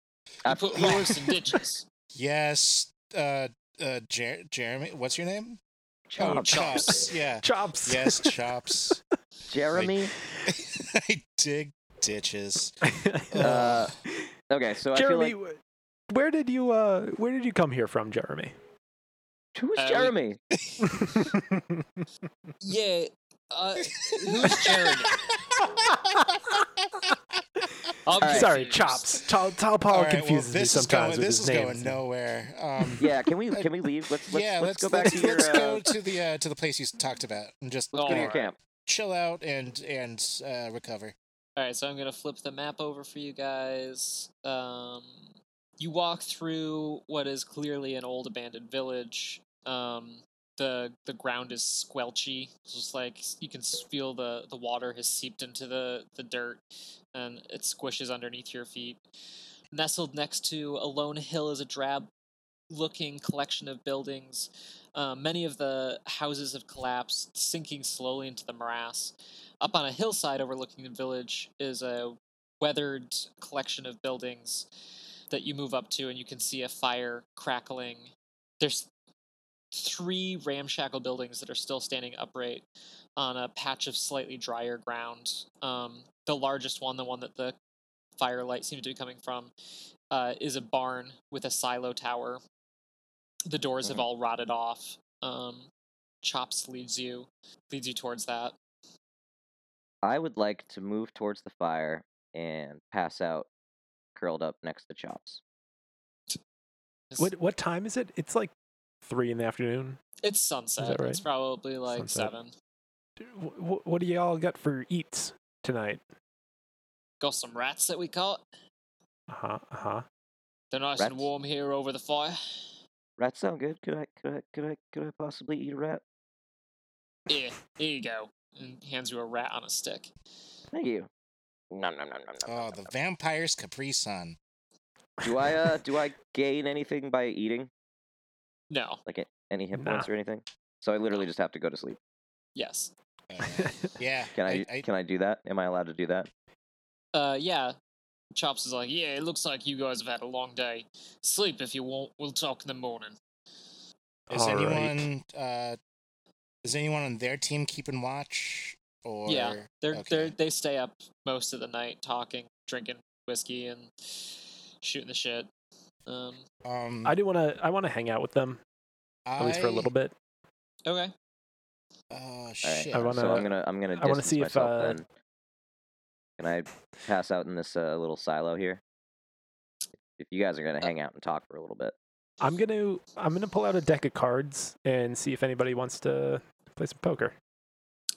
[SPEAKER 1] I-
[SPEAKER 2] You put rocks in ditches.
[SPEAKER 4] yes. Uh. Uh. Jer- Jeremy, what's your name?
[SPEAKER 1] Chop.
[SPEAKER 4] Oh, chops. Yeah.
[SPEAKER 3] Chops.
[SPEAKER 4] Yes, chops.
[SPEAKER 1] Jeremy.
[SPEAKER 4] I dig ditches.
[SPEAKER 1] Uh, okay, so I
[SPEAKER 3] Jeremy,
[SPEAKER 1] feel like
[SPEAKER 3] wh- where did you uh, where did you come here from, Jeremy?
[SPEAKER 1] who's
[SPEAKER 2] Uh, we-
[SPEAKER 1] Jeremy?
[SPEAKER 2] Yeah. Uh, who's Jeremy? I'm
[SPEAKER 1] right.
[SPEAKER 3] Sorry,
[SPEAKER 2] confused.
[SPEAKER 3] Chops. Tal, Tal Paul
[SPEAKER 4] All right,
[SPEAKER 3] confuses
[SPEAKER 4] well,
[SPEAKER 3] me
[SPEAKER 4] this is
[SPEAKER 3] sometimes
[SPEAKER 4] going.
[SPEAKER 3] with
[SPEAKER 4] This
[SPEAKER 3] his
[SPEAKER 4] is
[SPEAKER 3] name.
[SPEAKER 4] going nowhere. Um,
[SPEAKER 1] yeah, can we can we leave? Let's let's,
[SPEAKER 4] yeah,
[SPEAKER 1] let's,
[SPEAKER 4] let's,
[SPEAKER 1] go back to your
[SPEAKER 4] let's go
[SPEAKER 1] uh,
[SPEAKER 4] to the uh, to the place you talked about and just
[SPEAKER 1] let's go to your
[SPEAKER 2] Alright.
[SPEAKER 1] camp.
[SPEAKER 4] chill out and and uh, recover.
[SPEAKER 2] All right, so I'm gonna flip the map over for you guys. Um, you walk through what is clearly an old abandoned village. Um, the the ground is squelchy, it's just like s- you can s- feel the the water has seeped into the the dirt, and it squishes underneath your feet. Nestled next to a lone hill is a drab looking collection of buildings. Uh, many of the houses have collapsed, sinking slowly into the morass up on a hillside overlooking the village is a weathered collection of buildings that you move up to and you can see a fire crackling there's three ramshackle buildings that are still standing upright on a patch of slightly drier ground um, the largest one the one that the firelight seems to be coming from uh, is a barn with a silo tower The doors have
[SPEAKER 1] Mhm.
[SPEAKER 2] all rotted off. Um, Chops leads you leads you towards that.
[SPEAKER 1] I would like to move towards the fire and pass out, curled up next to Chops.
[SPEAKER 2] It's,
[SPEAKER 3] What what time is it? It's like three in the afternoon.
[SPEAKER 2] it's sunset.
[SPEAKER 3] right?
[SPEAKER 2] It's probably like
[SPEAKER 3] Sunset.
[SPEAKER 2] seven.
[SPEAKER 3] What, what do y'all got for eats tonight?
[SPEAKER 2] Got some rats that we caught.
[SPEAKER 3] Uh huh. Uh huh.
[SPEAKER 2] They're nice and
[SPEAKER 1] Rats?
[SPEAKER 2] warm here over the fire.
[SPEAKER 1] Rats sound good. Could I could I could I could I possibly eat a rat?
[SPEAKER 2] Yeah, here you go. And hands you a rat on a stick.
[SPEAKER 1] Thank you. Nom nom nom nom nom.
[SPEAKER 4] Oh,
[SPEAKER 1] nom,
[SPEAKER 4] the
[SPEAKER 1] nom, nom.
[SPEAKER 4] vampire's Capri Sun.
[SPEAKER 1] Do I uh do I gain anything by eating?
[SPEAKER 2] No.
[SPEAKER 1] Like a- any hit
[SPEAKER 3] Nah.
[SPEAKER 1] points or anything? So I literally just have to go to sleep.
[SPEAKER 2] Yes.
[SPEAKER 4] Uh, yeah.
[SPEAKER 1] Can I, can I do that? Am I allowed to do that?
[SPEAKER 2] Uh, yeah. Chops is like, yeah, it looks like you guys have had a long day. Sleep if you want. We'll talk in the morning.
[SPEAKER 4] Is
[SPEAKER 3] All right.
[SPEAKER 4] anyone uh is anyone on their team keeping watch? Or
[SPEAKER 2] Yeah, They're, they're,
[SPEAKER 4] Okay.
[SPEAKER 2] they stay up most of the night talking, drinking whiskey, and shooting the shit. Um,
[SPEAKER 4] um
[SPEAKER 3] I do want to. I want to hang out with them at least for a
[SPEAKER 4] I-
[SPEAKER 3] little bit.
[SPEAKER 2] okay.
[SPEAKER 4] Oh
[SPEAKER 1] All right.
[SPEAKER 4] shit.
[SPEAKER 3] I wanna-
[SPEAKER 1] so I'm gonna I'm gonna
[SPEAKER 3] I wanna
[SPEAKER 1] distance
[SPEAKER 3] see if,
[SPEAKER 1] myself
[SPEAKER 3] uh,
[SPEAKER 1] then. Can I pass out in this uh, little silo here? If you guys are gonna
[SPEAKER 2] Uh,
[SPEAKER 1] hang out and talk for a little bit.
[SPEAKER 3] I'm gonna. I'm gonna pull out a deck of cards and see if anybody wants to play some poker.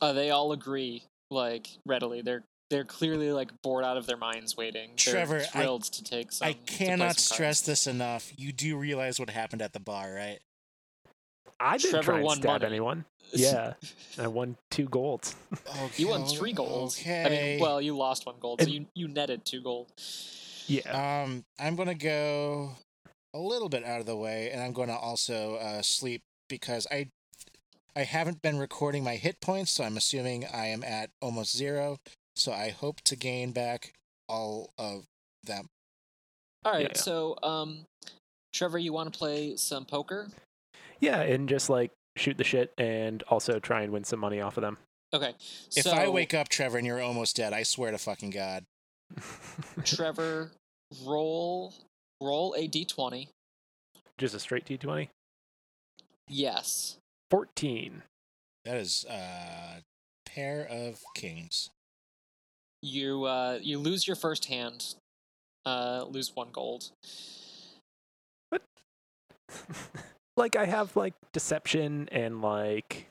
[SPEAKER 2] Uh, they all agree, like, readily. They're they're clearly, like, bored out of their minds waiting. They're
[SPEAKER 4] Trevor, I-
[SPEAKER 2] thrilled to take some.
[SPEAKER 4] I
[SPEAKER 2] to play
[SPEAKER 4] cannot
[SPEAKER 2] some cards.
[SPEAKER 4] stress this enough. You do realize what happened at the bar, right?
[SPEAKER 3] I didn't
[SPEAKER 2] Trevor
[SPEAKER 3] try and
[SPEAKER 2] won
[SPEAKER 3] stab
[SPEAKER 2] money.
[SPEAKER 3] anyone. Yeah, I won two golds.
[SPEAKER 2] You won three
[SPEAKER 4] Oh,
[SPEAKER 2] goals. I mean, well, you lost one gold, so
[SPEAKER 3] And-
[SPEAKER 2] you, you netted two gold.
[SPEAKER 3] Yeah.
[SPEAKER 4] Um, I'm gonna go a little bit out of the way, and I'm gonna also uh, sleep because I I haven't been recording my hit points, so I'm assuming I am at almost zero. So I hope to gain back all of them.
[SPEAKER 2] All right,
[SPEAKER 3] Yeah.
[SPEAKER 2] so um, Trevor, you want to play some poker?
[SPEAKER 3] Yeah, and just like shoot the shit and also try and win some money off of them.
[SPEAKER 2] Okay.
[SPEAKER 4] If
[SPEAKER 2] so,
[SPEAKER 4] I wake up, Trevor, and you're almost dead, I swear to fucking God.
[SPEAKER 2] Trevor, roll roll a d20.
[SPEAKER 3] just a straight T20.
[SPEAKER 2] Yes.
[SPEAKER 3] 14.
[SPEAKER 4] That is a pair of kings.
[SPEAKER 2] You uh, you lose your first hand. Uh, lose one gold.
[SPEAKER 3] like I have like deception and like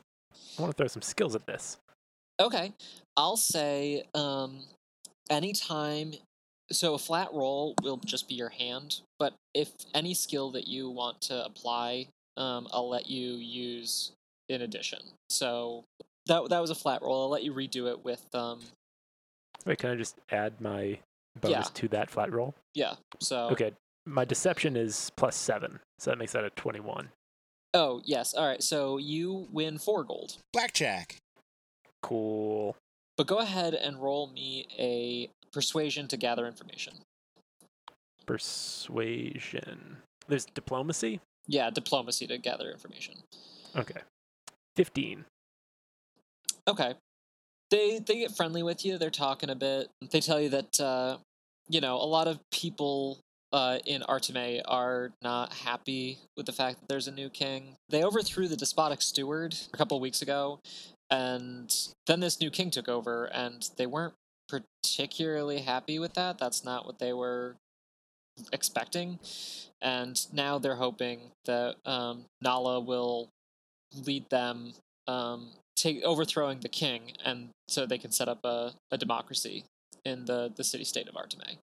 [SPEAKER 3] I want to throw some skills at this.
[SPEAKER 2] Okay. I'll say um, anytime. So a flat roll will just be your hand, but if any skill that you want to apply, um, I'll let you use in addition. So that that was a flat roll. I'll let you redo it with um,
[SPEAKER 3] Wait, can I just add my bonus
[SPEAKER 2] Yeah. Oh.
[SPEAKER 3] to that flat roll?
[SPEAKER 2] yeah. So
[SPEAKER 3] Okay, my deception is plus seven, so that makes that a 21.
[SPEAKER 2] Oh yes. All right. So you win four gold.
[SPEAKER 4] Blackjack.
[SPEAKER 3] Cool.
[SPEAKER 2] But go ahead and roll me a persuasion to gather information.
[SPEAKER 3] Persuasion. There's diplomacy.
[SPEAKER 2] Yeah, diplomacy to gather information.
[SPEAKER 3] Okay. 15.
[SPEAKER 2] Okay. They they get friendly with you. They're talking a bit. They tell you that uh, you know a lot of people uh, in Arteme are not happy with the fact that there's a new king. They overthrew the despotic steward a couple weeks ago, and then this new king took over, and they weren't particularly happy with that. That's not what they were expecting, and now they're hoping that um, Nala will lead them um, take overthrowing the king, and so they can set up a, a democracy in the, the city state of Arteme.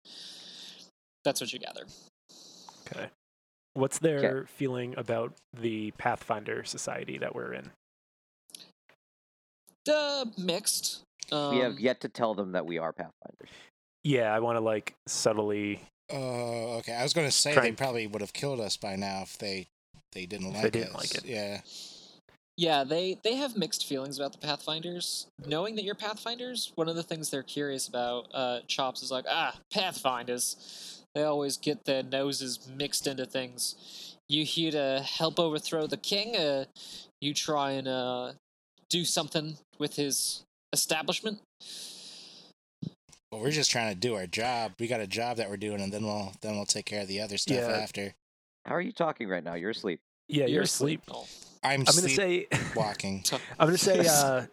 [SPEAKER 2] That's what you gather.
[SPEAKER 3] Okay. What's their feeling about the Pathfinder society that we're in?
[SPEAKER 2] Uh, mixed. Um,
[SPEAKER 1] we have yet to tell them that we are Pathfinders.
[SPEAKER 3] Yeah, I want to like subtly.
[SPEAKER 4] Oh, okay. I was gonna say
[SPEAKER 3] Try
[SPEAKER 4] they
[SPEAKER 3] and-
[SPEAKER 4] probably would have killed us by now if they they didn't
[SPEAKER 3] If they
[SPEAKER 4] like
[SPEAKER 3] didn't
[SPEAKER 4] us.
[SPEAKER 3] like it.
[SPEAKER 4] Yeah.
[SPEAKER 2] Yeah, they they have mixed feelings about the Pathfinders. Knowing that you're Pathfinders, one of the things they're curious about, uh, Chops is like, ah, Pathfinders. They always get their noses mixed into things. You here to help overthrow the king? Uh, you try and uh, do something with his establishment?
[SPEAKER 4] Well, we're just trying to do our job. We got a job that we're doing, and then we'll then we'll take care of the other stuff
[SPEAKER 3] Yeah.
[SPEAKER 4] after.
[SPEAKER 1] How are you talking right now? You're asleep.
[SPEAKER 3] Yeah, you're asleep.
[SPEAKER 2] Oh.
[SPEAKER 4] I'm,
[SPEAKER 3] I'm gonna say
[SPEAKER 4] walking.
[SPEAKER 3] I'm gonna say, uh,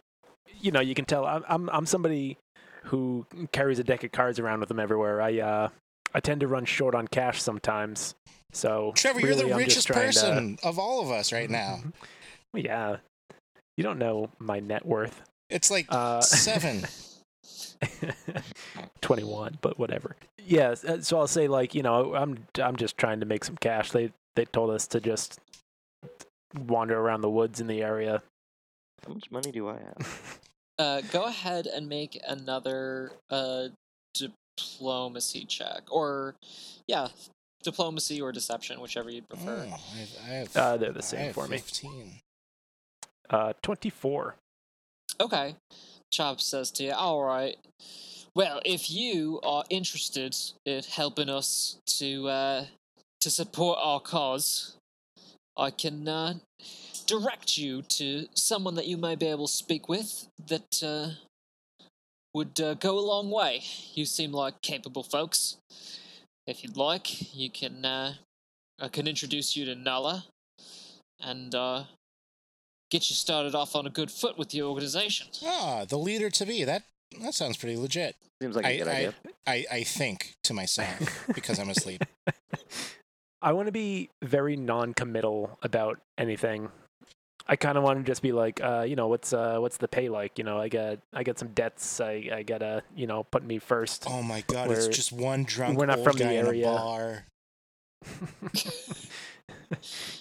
[SPEAKER 3] you know, you can tell I'm, I'm I'm somebody who carries a deck of cards around with them everywhere. I uh, I tend to run short on cash sometimes. So
[SPEAKER 4] Trevor,
[SPEAKER 3] really,
[SPEAKER 4] you're the
[SPEAKER 3] I'm just
[SPEAKER 4] richest
[SPEAKER 3] trying to- Mm-hmm.
[SPEAKER 4] person of all of us right now.
[SPEAKER 3] Well, yeah, you don't know my net worth.
[SPEAKER 4] It's like
[SPEAKER 3] Uh,
[SPEAKER 4] seven.
[SPEAKER 3] 21, but whatever. Yeah, s- uh, so I'll say like, you know, I'm I'm just trying to make some cash. They they told us to just wander around the woods in the area.
[SPEAKER 1] How much money do I have?
[SPEAKER 2] Uh, go ahead and make another uh, diplomacy check, or yeah, diplomacy or deception, whichever you
[SPEAKER 4] Oh,
[SPEAKER 2] prefer.
[SPEAKER 4] I- I have-
[SPEAKER 3] Uh, they're the
[SPEAKER 4] I
[SPEAKER 3] same
[SPEAKER 4] have
[SPEAKER 3] for me.
[SPEAKER 4] 15.
[SPEAKER 3] Uh 24.
[SPEAKER 2] Okay. Chop says to you, all right. Well, if you are interested in helping us to uh, to support our cause, I can uh, direct you to someone that you may be able to speak with that uh, would uh, go a long way. You seem like capable folks. If you'd like, you can uh, I can introduce you to Nala, and uh, get you started off on a good foot with your organization.
[SPEAKER 4] Ah, the leader to be. That that sounds pretty legit.
[SPEAKER 1] Seems like a
[SPEAKER 4] I-
[SPEAKER 1] good
[SPEAKER 4] I-
[SPEAKER 1] idea.
[SPEAKER 4] I, I think to myself because I'm asleep.
[SPEAKER 3] I want to be very non-committal about anything. I kind of want to just be like, uh, you know, what's uh, what's the pay like? You know, I got I got some debts. I I gotta, you know, put me first.
[SPEAKER 4] Oh my god, it's
[SPEAKER 3] We're-
[SPEAKER 4] just one drunk
[SPEAKER 3] we're not
[SPEAKER 4] old
[SPEAKER 3] from the
[SPEAKER 4] guy
[SPEAKER 3] area.
[SPEAKER 4] in a bar.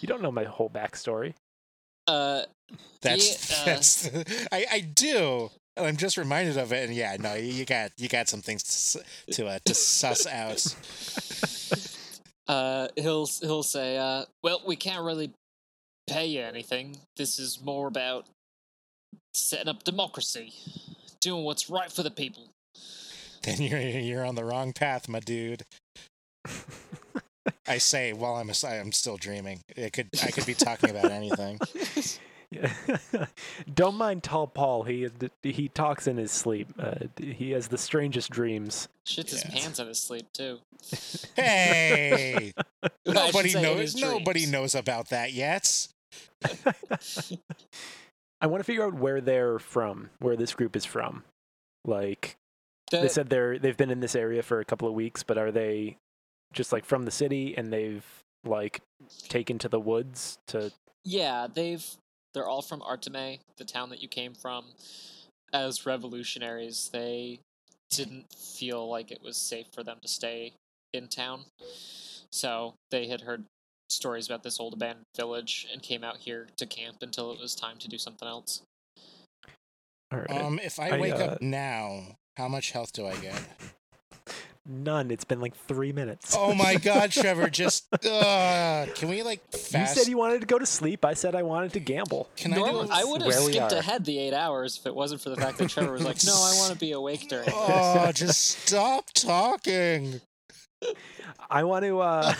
[SPEAKER 3] you don't know my whole backstory.
[SPEAKER 2] Uh,
[SPEAKER 4] That's
[SPEAKER 2] Yeah, uh,
[SPEAKER 4] that's. I I do. And I'm just reminded of it, and yeah, no, you- you got you got some things to s- to, uh, to suss out.
[SPEAKER 2] uh, he'll he'll say, uh, "Well, we can't really pay you anything. This is more about setting up democracy, doing what's right for the people."
[SPEAKER 4] Then you're you're on the wrong path, my dude. I say while I'm as- I'm still dreaming. It could I could be talking about anything.
[SPEAKER 3] Yeah. don't mind Tall Paul. He he talks in his sleep. Uh, he has the strangest dreams.
[SPEAKER 2] Shits his
[SPEAKER 4] Yeah.
[SPEAKER 2] pants in his sleep too.
[SPEAKER 4] Hey,
[SPEAKER 2] I should
[SPEAKER 4] nobody
[SPEAKER 2] say in
[SPEAKER 4] knows
[SPEAKER 2] his
[SPEAKER 4] nobody
[SPEAKER 2] dreams.
[SPEAKER 4] knows about that yet.
[SPEAKER 3] I want to figure out where they're from, where this group is from. Like
[SPEAKER 2] The-
[SPEAKER 3] they said they're they've been in this area for a couple of weeks, but are they just like from the city and they've like taken to the woods to
[SPEAKER 2] yeah, they've they're all from Arteme, the town that you came from. As revolutionaries, they didn't feel like it was safe for them to stay in town. So they had heard stories about this old abandoned village and came out here to camp until it was time to do something else.
[SPEAKER 3] all right.
[SPEAKER 4] Um, if I
[SPEAKER 3] I,
[SPEAKER 4] wake
[SPEAKER 3] uh,
[SPEAKER 4] up now, how much health do I get?
[SPEAKER 3] None. It's been like three minutes.
[SPEAKER 4] Oh my God, Trevor! Just uh, can we like
[SPEAKER 3] You
[SPEAKER 4] fast?
[SPEAKER 3] said you wanted to go to sleep. I said I wanted to gamble.
[SPEAKER 4] can
[SPEAKER 2] Norm-
[SPEAKER 4] I
[SPEAKER 2] I
[SPEAKER 4] do?
[SPEAKER 2] would have
[SPEAKER 3] where we
[SPEAKER 2] skipped
[SPEAKER 3] are.
[SPEAKER 2] ahead the eight hours if it wasn't for the fact that Trevor was like, "No, I want to be awake during."
[SPEAKER 4] A...
[SPEAKER 2] this."
[SPEAKER 4] Oh, just stop talking.
[SPEAKER 3] I want to. Uh,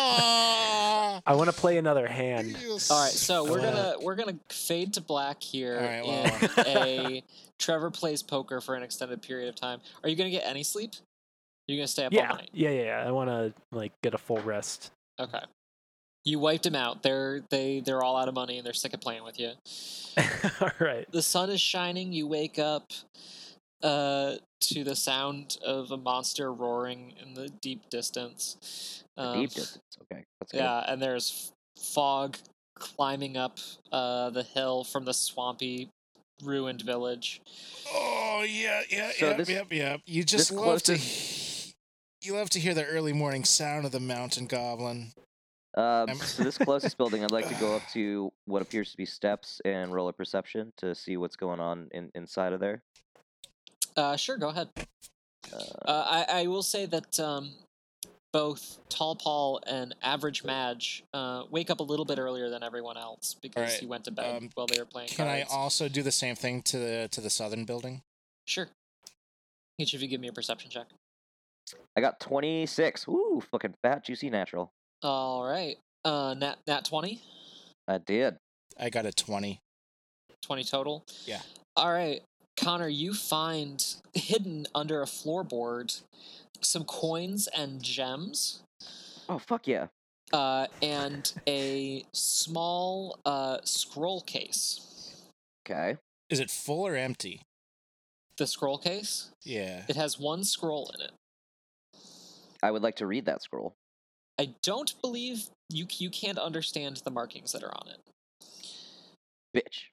[SPEAKER 4] All
[SPEAKER 3] I want to play another hand.
[SPEAKER 2] All right, so we're
[SPEAKER 4] Wow.
[SPEAKER 2] gonna we're gonna fade to black here
[SPEAKER 4] All right,
[SPEAKER 2] in a Trevor plays poker for an extended period of time. Are you gonna get any sleep? You're gonna stay up
[SPEAKER 3] Yeah,
[SPEAKER 2] all night.
[SPEAKER 3] yeah, yeah, yeah. I want to like get a full rest.
[SPEAKER 2] Okay. You wiped them out. They're they they're all out of money and they're sick of playing with you.
[SPEAKER 3] All right.
[SPEAKER 2] The sun is shining. You wake up uh, to the sound of a monster roaring in the deep distance. Um,
[SPEAKER 1] Deep distance. Okay, that's good.
[SPEAKER 2] Yeah, and there's f- fog climbing up uh, the hill from the swampy, ruined village.
[SPEAKER 4] Oh yeah, yeah,
[SPEAKER 1] So
[SPEAKER 4] yeah,
[SPEAKER 1] this-
[SPEAKER 4] yeah, yeah. You just
[SPEAKER 1] this
[SPEAKER 4] love to.
[SPEAKER 1] closest-
[SPEAKER 4] he- You love to hear the early morning sound of the mountain goblin.
[SPEAKER 1] Um,
[SPEAKER 4] I'm-
[SPEAKER 1] so this closest building, I'd like to go up to what appears to be steps and roll a perception to see what's going on in, inside of there.
[SPEAKER 2] Uh, sure, go ahead.
[SPEAKER 1] Uh,
[SPEAKER 2] Uh, I, I will say that um, both Tall Paul and Average Madge uh, wake up a little bit earlier than everyone else because
[SPEAKER 4] Alright,
[SPEAKER 2] you went to bed
[SPEAKER 4] um,
[SPEAKER 2] while they were playing
[SPEAKER 4] Can I
[SPEAKER 2] cards.
[SPEAKER 4] also do the same thing to the to the southern building?
[SPEAKER 2] Sure. Each of you give me a perception check.
[SPEAKER 1] I got 26. Ooh, fucking fat, juicy, natural.
[SPEAKER 2] All right. Uh, nat, nat 20?
[SPEAKER 1] I did.
[SPEAKER 4] I got a twenty.
[SPEAKER 2] 20 total.
[SPEAKER 4] Yeah.
[SPEAKER 2] All right, Connor, you find hidden under a floorboard some coins and gems.
[SPEAKER 1] Oh fuck yeah.
[SPEAKER 2] uh, and a small uh, scroll case.
[SPEAKER 1] Okay.
[SPEAKER 4] Is it full or empty?
[SPEAKER 2] The scroll case?
[SPEAKER 4] Yeah.
[SPEAKER 2] It has one scroll in it.
[SPEAKER 1] I would like to read that scroll.
[SPEAKER 2] I don't believe you you can't understand the markings that are on it.
[SPEAKER 1] Bitch.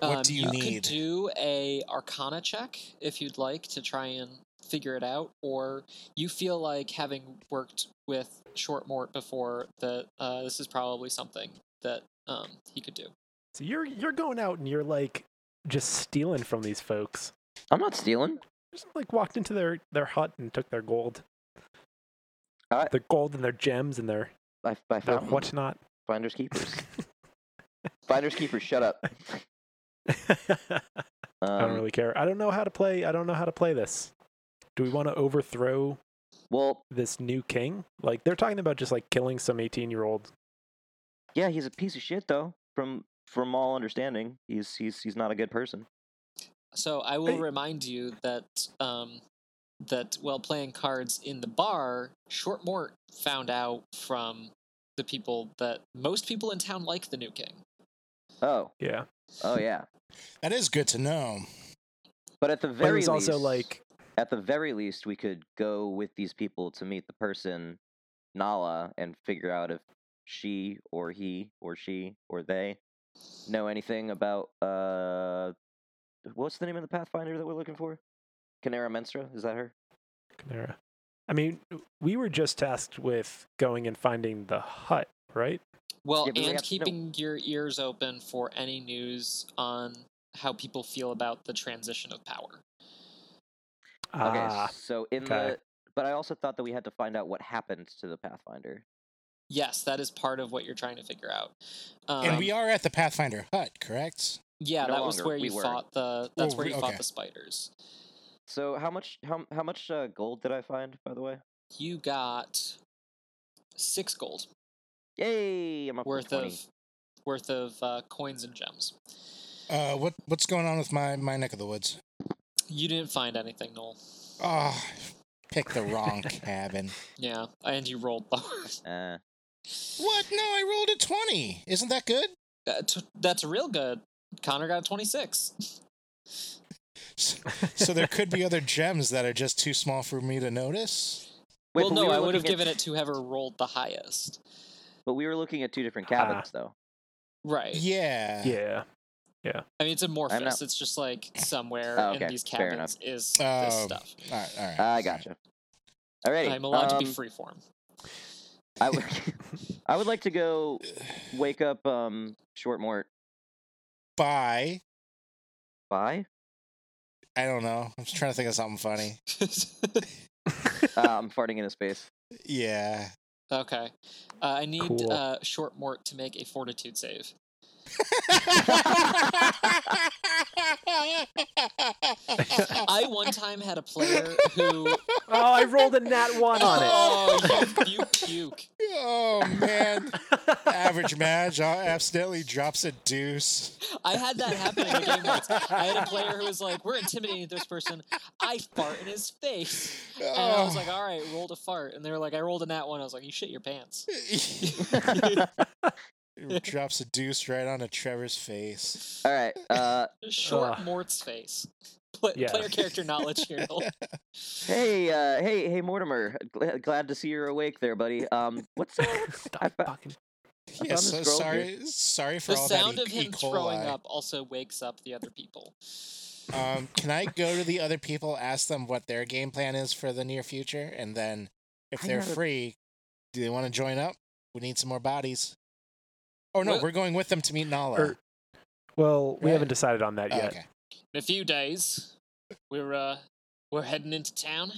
[SPEAKER 4] What do you
[SPEAKER 2] Um, could
[SPEAKER 4] need?
[SPEAKER 2] do a Arcana check if you'd like to try and figure it out, or you feel like having worked with Shortmort before that uh, this is probably something that um, he could do.
[SPEAKER 3] So you're you're going out and you're like just stealing from these folks.
[SPEAKER 1] I'm not stealing.
[SPEAKER 3] Just like walked into their their hut and took their gold,
[SPEAKER 1] I, Um,
[SPEAKER 3] their gold and their gems and their
[SPEAKER 1] I, I
[SPEAKER 3] their
[SPEAKER 1] found
[SPEAKER 3] whatnot.
[SPEAKER 1] Finders Keepers. Finders Keepers, shut up. Um,
[SPEAKER 3] I don't really care. I don't know how to play. I don't know how to play this. Do we want to overthrow
[SPEAKER 1] Well,
[SPEAKER 3] this new king? Like they're talking about just like killing some 18 year old.
[SPEAKER 1] yeah, he's a piece of shit though. From from all understanding, he's he's he's not a good person.
[SPEAKER 2] So I will
[SPEAKER 3] Hey.
[SPEAKER 2] remind you that um, that while playing cards in the bar, Shortmort found out from the people that most people in town like the new king.
[SPEAKER 1] Oh,
[SPEAKER 3] Yeah,
[SPEAKER 1] oh yeah.
[SPEAKER 4] That is good to know.
[SPEAKER 1] But at the
[SPEAKER 3] but it
[SPEAKER 1] very
[SPEAKER 3] was
[SPEAKER 1] least,
[SPEAKER 3] also like
[SPEAKER 1] at the very least, we could go with these people to meet the person, Nala, and figure out if she or he or she or they know anything about uh, what's the name of the Pathfinder that we're looking for? Canera Menstra, is that her?
[SPEAKER 3] Chimera. I mean, we were just tasked with going and finding the hut, right?
[SPEAKER 2] Well,
[SPEAKER 1] Yeah, but we
[SPEAKER 2] and
[SPEAKER 1] have to know-
[SPEAKER 2] keeping your ears open for any news on how people feel about the transition of power.
[SPEAKER 1] Okay,
[SPEAKER 3] Ah,
[SPEAKER 1] so in
[SPEAKER 3] okay.
[SPEAKER 1] the but I also thought that we had to find out what happened to the Pathfinder.
[SPEAKER 2] Yes, that is part of what you're trying to figure out. Um,
[SPEAKER 4] and we are at the Pathfinder hut, correct?
[SPEAKER 2] yeah,
[SPEAKER 1] no
[SPEAKER 2] that was
[SPEAKER 1] longer,
[SPEAKER 2] where
[SPEAKER 1] we
[SPEAKER 2] you
[SPEAKER 1] were.
[SPEAKER 2] fought the. That's
[SPEAKER 4] Oh,
[SPEAKER 2] where
[SPEAKER 4] we-
[SPEAKER 2] you fought
[SPEAKER 4] okay.
[SPEAKER 2] the spiders.
[SPEAKER 1] So how much how how much uh, gold did I find by the way?
[SPEAKER 2] You got six gold
[SPEAKER 1] Yay, I'm up to
[SPEAKER 2] worth
[SPEAKER 1] 20.
[SPEAKER 2] of worth of uh, coins and gems.
[SPEAKER 4] Uh, what what's going on with my my neck of the woods?
[SPEAKER 2] You didn't find anything, Noel.
[SPEAKER 4] Oh, pick the wrong cabin.
[SPEAKER 2] Yeah, and you rolled lower.
[SPEAKER 1] Uh,
[SPEAKER 4] What? No, I rolled a twenty. Isn't that good?
[SPEAKER 2] That's- that's real good. Connor got a twenty-six.
[SPEAKER 4] S- So there could be other gems that are just too small for me to notice.
[SPEAKER 1] wait,
[SPEAKER 2] well,
[SPEAKER 1] but
[SPEAKER 2] no,
[SPEAKER 1] we were
[SPEAKER 2] I would have
[SPEAKER 1] looking at
[SPEAKER 2] given it
[SPEAKER 1] t-
[SPEAKER 2] to whoever rolled the highest.
[SPEAKER 1] But we were looking at two different
[SPEAKER 3] Ah.
[SPEAKER 1] cabins though.
[SPEAKER 2] Right.
[SPEAKER 4] Yeah.
[SPEAKER 3] yeah.
[SPEAKER 2] I mean, it's amorphous.
[SPEAKER 1] not-
[SPEAKER 2] It's just like somewhere
[SPEAKER 1] Oh,
[SPEAKER 2] in
[SPEAKER 1] okay,
[SPEAKER 2] these
[SPEAKER 1] fair enough.
[SPEAKER 2] cabins is this
[SPEAKER 4] Oh.
[SPEAKER 2] stuff.
[SPEAKER 4] All right. All right.
[SPEAKER 1] I gotcha. Alrighty.
[SPEAKER 2] I'm allowed to be
[SPEAKER 1] um,
[SPEAKER 2] freeform.
[SPEAKER 1] I would I would like to go wake up um Shortmort
[SPEAKER 4] Bye.
[SPEAKER 1] by.
[SPEAKER 4] I don't know. I'm just trying to think of something funny.
[SPEAKER 1] Uh, I'm farting in his face.
[SPEAKER 4] Yeah.
[SPEAKER 2] okay. Uh, I need
[SPEAKER 3] Cool.
[SPEAKER 2] uh, Short Mort to make a fortitude save. I one time had a player who.
[SPEAKER 3] Oh, I rolled a nat one on it.
[SPEAKER 2] Oh, you, you puke.
[SPEAKER 4] oh man. Average match uh, accidentally drops a deuce.
[SPEAKER 2] I had that happen in a game once. I had a player who was like, "We're intimidating this person." I fart in his face, and I was
[SPEAKER 4] Oh.
[SPEAKER 2] like, "All right, rolled a fart," and they were like, "I rolled in that one." I was like, "You shit your pants."
[SPEAKER 4] Oh. drops a deuce right onto Trevor's face.
[SPEAKER 1] All right. Uh,
[SPEAKER 2] Short
[SPEAKER 3] Ugh.
[SPEAKER 2] Mort's face. Pla
[SPEAKER 3] Yeah.
[SPEAKER 2] Player character knowledge here. Noel.
[SPEAKER 1] hey, uh, hey, hey, Mortimer. Gl- glad to see you're awake there, buddy. Um, what's uh, what's- I
[SPEAKER 3] Stop
[SPEAKER 1] fo-
[SPEAKER 3] fucking.
[SPEAKER 1] found
[SPEAKER 4] Yeah,
[SPEAKER 1] the
[SPEAKER 4] so
[SPEAKER 1] scroll here.
[SPEAKER 4] sorry, sorry for
[SPEAKER 2] The
[SPEAKER 4] all
[SPEAKER 2] sound
[SPEAKER 4] that
[SPEAKER 2] of
[SPEAKER 4] e-
[SPEAKER 2] him
[SPEAKER 4] e.
[SPEAKER 2] throwing
[SPEAKER 4] coli.
[SPEAKER 2] up also wakes up the other people.
[SPEAKER 4] Um, can I go to the other people, ask them what their game plan is for the near future, and then if
[SPEAKER 1] I
[SPEAKER 4] they're
[SPEAKER 1] gotta-
[SPEAKER 4] free, do they want to join up? We need some more bodies. Oh no,
[SPEAKER 2] Well-
[SPEAKER 4] we're going with them to meet Nala.
[SPEAKER 3] Or-
[SPEAKER 1] Er,
[SPEAKER 3] Well, we
[SPEAKER 4] Right.
[SPEAKER 3] haven't decided on that
[SPEAKER 4] Oh,
[SPEAKER 3] yet.
[SPEAKER 4] okay.
[SPEAKER 2] In a few days, we're uh, we're heading into town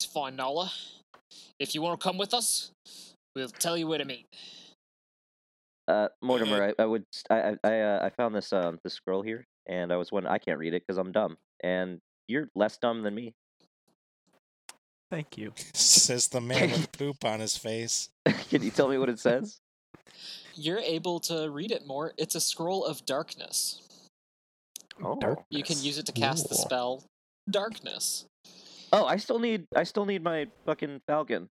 [SPEAKER 2] to find Nala. If you want to come with us, we'll tell you where to meet.
[SPEAKER 1] uh, Mortimer, I, I would, st- I, I, I, uh, I found this, um, this scroll here, and I was wondering, I can't read it because I'm dumb, and you're less dumb than me.
[SPEAKER 3] Thank you.
[SPEAKER 4] Says the man with poop on his face.
[SPEAKER 1] Can you tell me what it says?
[SPEAKER 2] You're able to read it more. It's a scroll of darkness.
[SPEAKER 1] Oh.
[SPEAKER 2] You can use it to cast the
[SPEAKER 3] Ooh.
[SPEAKER 2] spell darkness.
[SPEAKER 1] Oh, I still need, I still need my fucking falcon.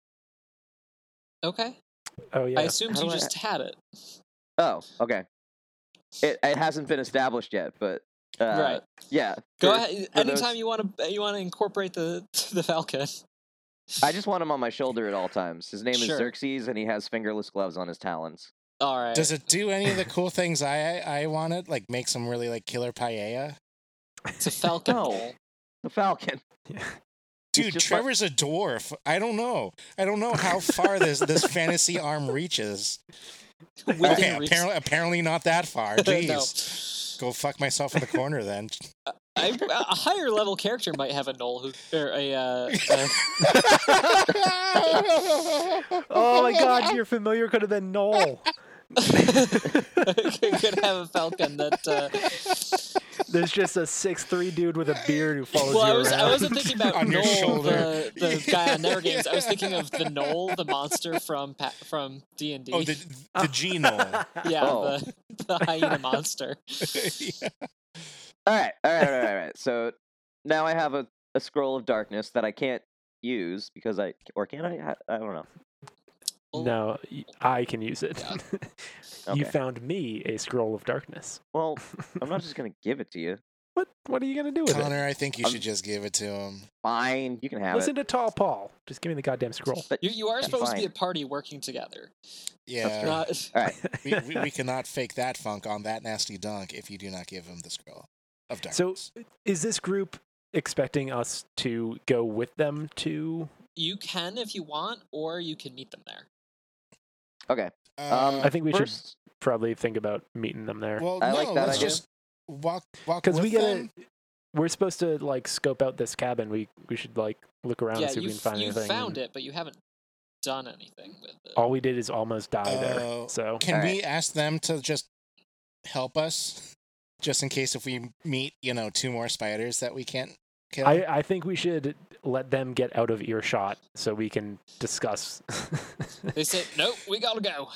[SPEAKER 2] Okay.
[SPEAKER 3] Oh yeah.
[SPEAKER 2] I assumed
[SPEAKER 1] How
[SPEAKER 2] you
[SPEAKER 1] do I-
[SPEAKER 2] just had it.
[SPEAKER 1] Oh, okay. It, it hasn't been established yet, but uh,
[SPEAKER 2] right.
[SPEAKER 1] Yeah.
[SPEAKER 2] Go
[SPEAKER 1] for-
[SPEAKER 2] ahead.
[SPEAKER 1] for
[SPEAKER 2] Anytime
[SPEAKER 1] those-
[SPEAKER 2] you want to, you want to incorporate the the falcon.
[SPEAKER 1] I just want him on my shoulder at all times. His name
[SPEAKER 2] Sure.
[SPEAKER 1] is Xerxes, and he has fingerless gloves on his talons.
[SPEAKER 2] All right.
[SPEAKER 4] Does it do any of the cool things I I, I wanted? Like make some really like killer paella?
[SPEAKER 2] It's a falcon.
[SPEAKER 1] No.
[SPEAKER 2] bowl.
[SPEAKER 1] The Falcon. He's
[SPEAKER 4] Dude,
[SPEAKER 1] just like-
[SPEAKER 4] Trevor's a dwarf. I don't know. I don't know how far this this fantasy arm reaches.
[SPEAKER 2] Within
[SPEAKER 4] Okay,
[SPEAKER 2] reach.
[SPEAKER 4] apparently apparently not that far. Jeez.
[SPEAKER 2] no.
[SPEAKER 4] Go fuck myself in the corner then.
[SPEAKER 2] I, a higher level character might have a null who or a, uh, a
[SPEAKER 3] oh my God! Your familiar could have been Noel.
[SPEAKER 2] could have a falcon that. Uh,
[SPEAKER 3] There's just a six three dude with a beard who follows
[SPEAKER 2] well, I
[SPEAKER 3] you
[SPEAKER 2] was
[SPEAKER 3] around.
[SPEAKER 2] I wasn't thinking about
[SPEAKER 4] On your
[SPEAKER 2] Noel,
[SPEAKER 4] shoulder.
[SPEAKER 2] the, the guy on Never Games. I was thinking of the Knoll, the monster from Pa- from D and
[SPEAKER 4] Oh,
[SPEAKER 2] D.
[SPEAKER 4] the the genome.
[SPEAKER 2] Yeah,
[SPEAKER 1] Oh.
[SPEAKER 2] the, the hyena monster.
[SPEAKER 1] All right, all right, all right, all right. So now I have a, a scroll of darkness that I can't use because I or can I? I, I don't know.
[SPEAKER 3] No, y- I can use it.
[SPEAKER 1] Okay.
[SPEAKER 3] you found me a scroll of darkness.
[SPEAKER 1] Well, I'm not just gonna give it to you.
[SPEAKER 3] What? What are you gonna do with it?
[SPEAKER 4] Connor, I think you
[SPEAKER 1] I'm-
[SPEAKER 4] should just give it to him.
[SPEAKER 1] Fine, you can have
[SPEAKER 3] Listen to Tall Paul. Just give me the goddamn scroll.
[SPEAKER 1] it. But
[SPEAKER 2] You, you are
[SPEAKER 1] That's
[SPEAKER 2] supposed to be
[SPEAKER 1] fine.
[SPEAKER 2] a party working together.
[SPEAKER 4] Yeah.
[SPEAKER 2] Not-
[SPEAKER 4] We, we, we cannot fake that funk on that nasty dunk if you do not give him the scroll of
[SPEAKER 3] So-
[SPEAKER 4] darkness.
[SPEAKER 3] Is this group expecting us to go with them to?
[SPEAKER 2] you can if you want, or you can meet them there.
[SPEAKER 1] um,
[SPEAKER 3] I think we should
[SPEAKER 1] first,
[SPEAKER 3] Probably think about meeting them there
[SPEAKER 4] Uh, Well,
[SPEAKER 1] I
[SPEAKER 4] no,
[SPEAKER 1] like that
[SPEAKER 4] let's
[SPEAKER 1] idea.
[SPEAKER 4] just walk walk
[SPEAKER 3] because
[SPEAKER 4] with
[SPEAKER 3] we gotta.
[SPEAKER 4] them.
[SPEAKER 3] We're supposed to like scope out this cabin. We we should like look around
[SPEAKER 2] yeah,
[SPEAKER 3] and see if
[SPEAKER 2] you
[SPEAKER 3] we can find
[SPEAKER 2] you
[SPEAKER 3] anything. Oh.
[SPEAKER 2] found it, but you haven't done anything with it.
[SPEAKER 3] All we did is almost die
[SPEAKER 4] Oh.
[SPEAKER 3] there. So
[SPEAKER 4] Can
[SPEAKER 1] Alright.
[SPEAKER 4] we ask them to just help us, just in case if we meet, you know, two more spiders that we can't kill?
[SPEAKER 3] I I think we should let them get out of earshot so we can discuss.
[SPEAKER 2] They said, "Nope, we gotta go."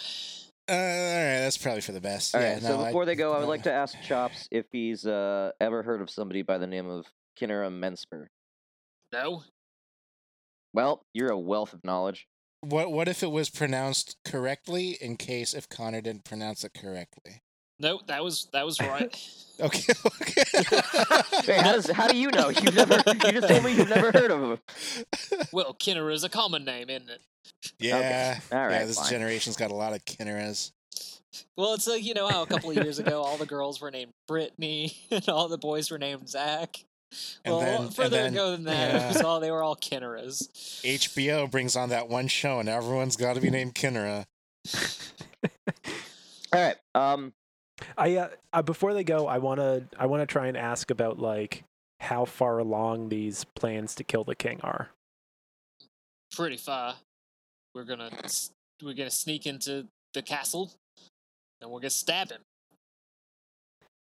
[SPEAKER 4] Uh, all right, that's probably for the best.
[SPEAKER 1] all
[SPEAKER 4] yeah,
[SPEAKER 1] right. so
[SPEAKER 4] no,
[SPEAKER 1] before they go, I would
[SPEAKER 4] no.
[SPEAKER 1] like to ask Chops if he's uh, ever heard of somebody by the name of Kinnera Mensper.
[SPEAKER 2] No,
[SPEAKER 1] Well, you're a wealth of knowledge.
[SPEAKER 4] What what if it was pronounced correctly? In case if Connor didn't pronounce it correctly.
[SPEAKER 2] no, that was that was right.
[SPEAKER 4] Okay. okay.
[SPEAKER 1] Wait, how does how do you know? You've never you just told me you've never heard of him.
[SPEAKER 2] well, Kinner is a common name, isn't it?
[SPEAKER 4] yeah.
[SPEAKER 1] All right,
[SPEAKER 4] yeah, this
[SPEAKER 1] fine.
[SPEAKER 4] generation's got a lot of Kinneras.
[SPEAKER 2] Well, it's like you know how a couple of years ago all the girls were named Brittany and all the boys were named Zach.
[SPEAKER 4] And
[SPEAKER 2] well,
[SPEAKER 4] then- and
[SPEAKER 2] further
[SPEAKER 4] then-
[SPEAKER 2] ago than that, it
[SPEAKER 4] yeah.
[SPEAKER 2] was all they were all Kinneras.
[SPEAKER 4] HBO brings on that one show, and everyone's got to be named Kinnera.
[SPEAKER 1] All right. Um.
[SPEAKER 3] I uh, uh, before they go, I wanna I wanna try and ask about like how far along these plans to kill the king are.
[SPEAKER 2] Pretty far. We're gonna s- we're gonna sneak into the castle, and we're gonna stab him.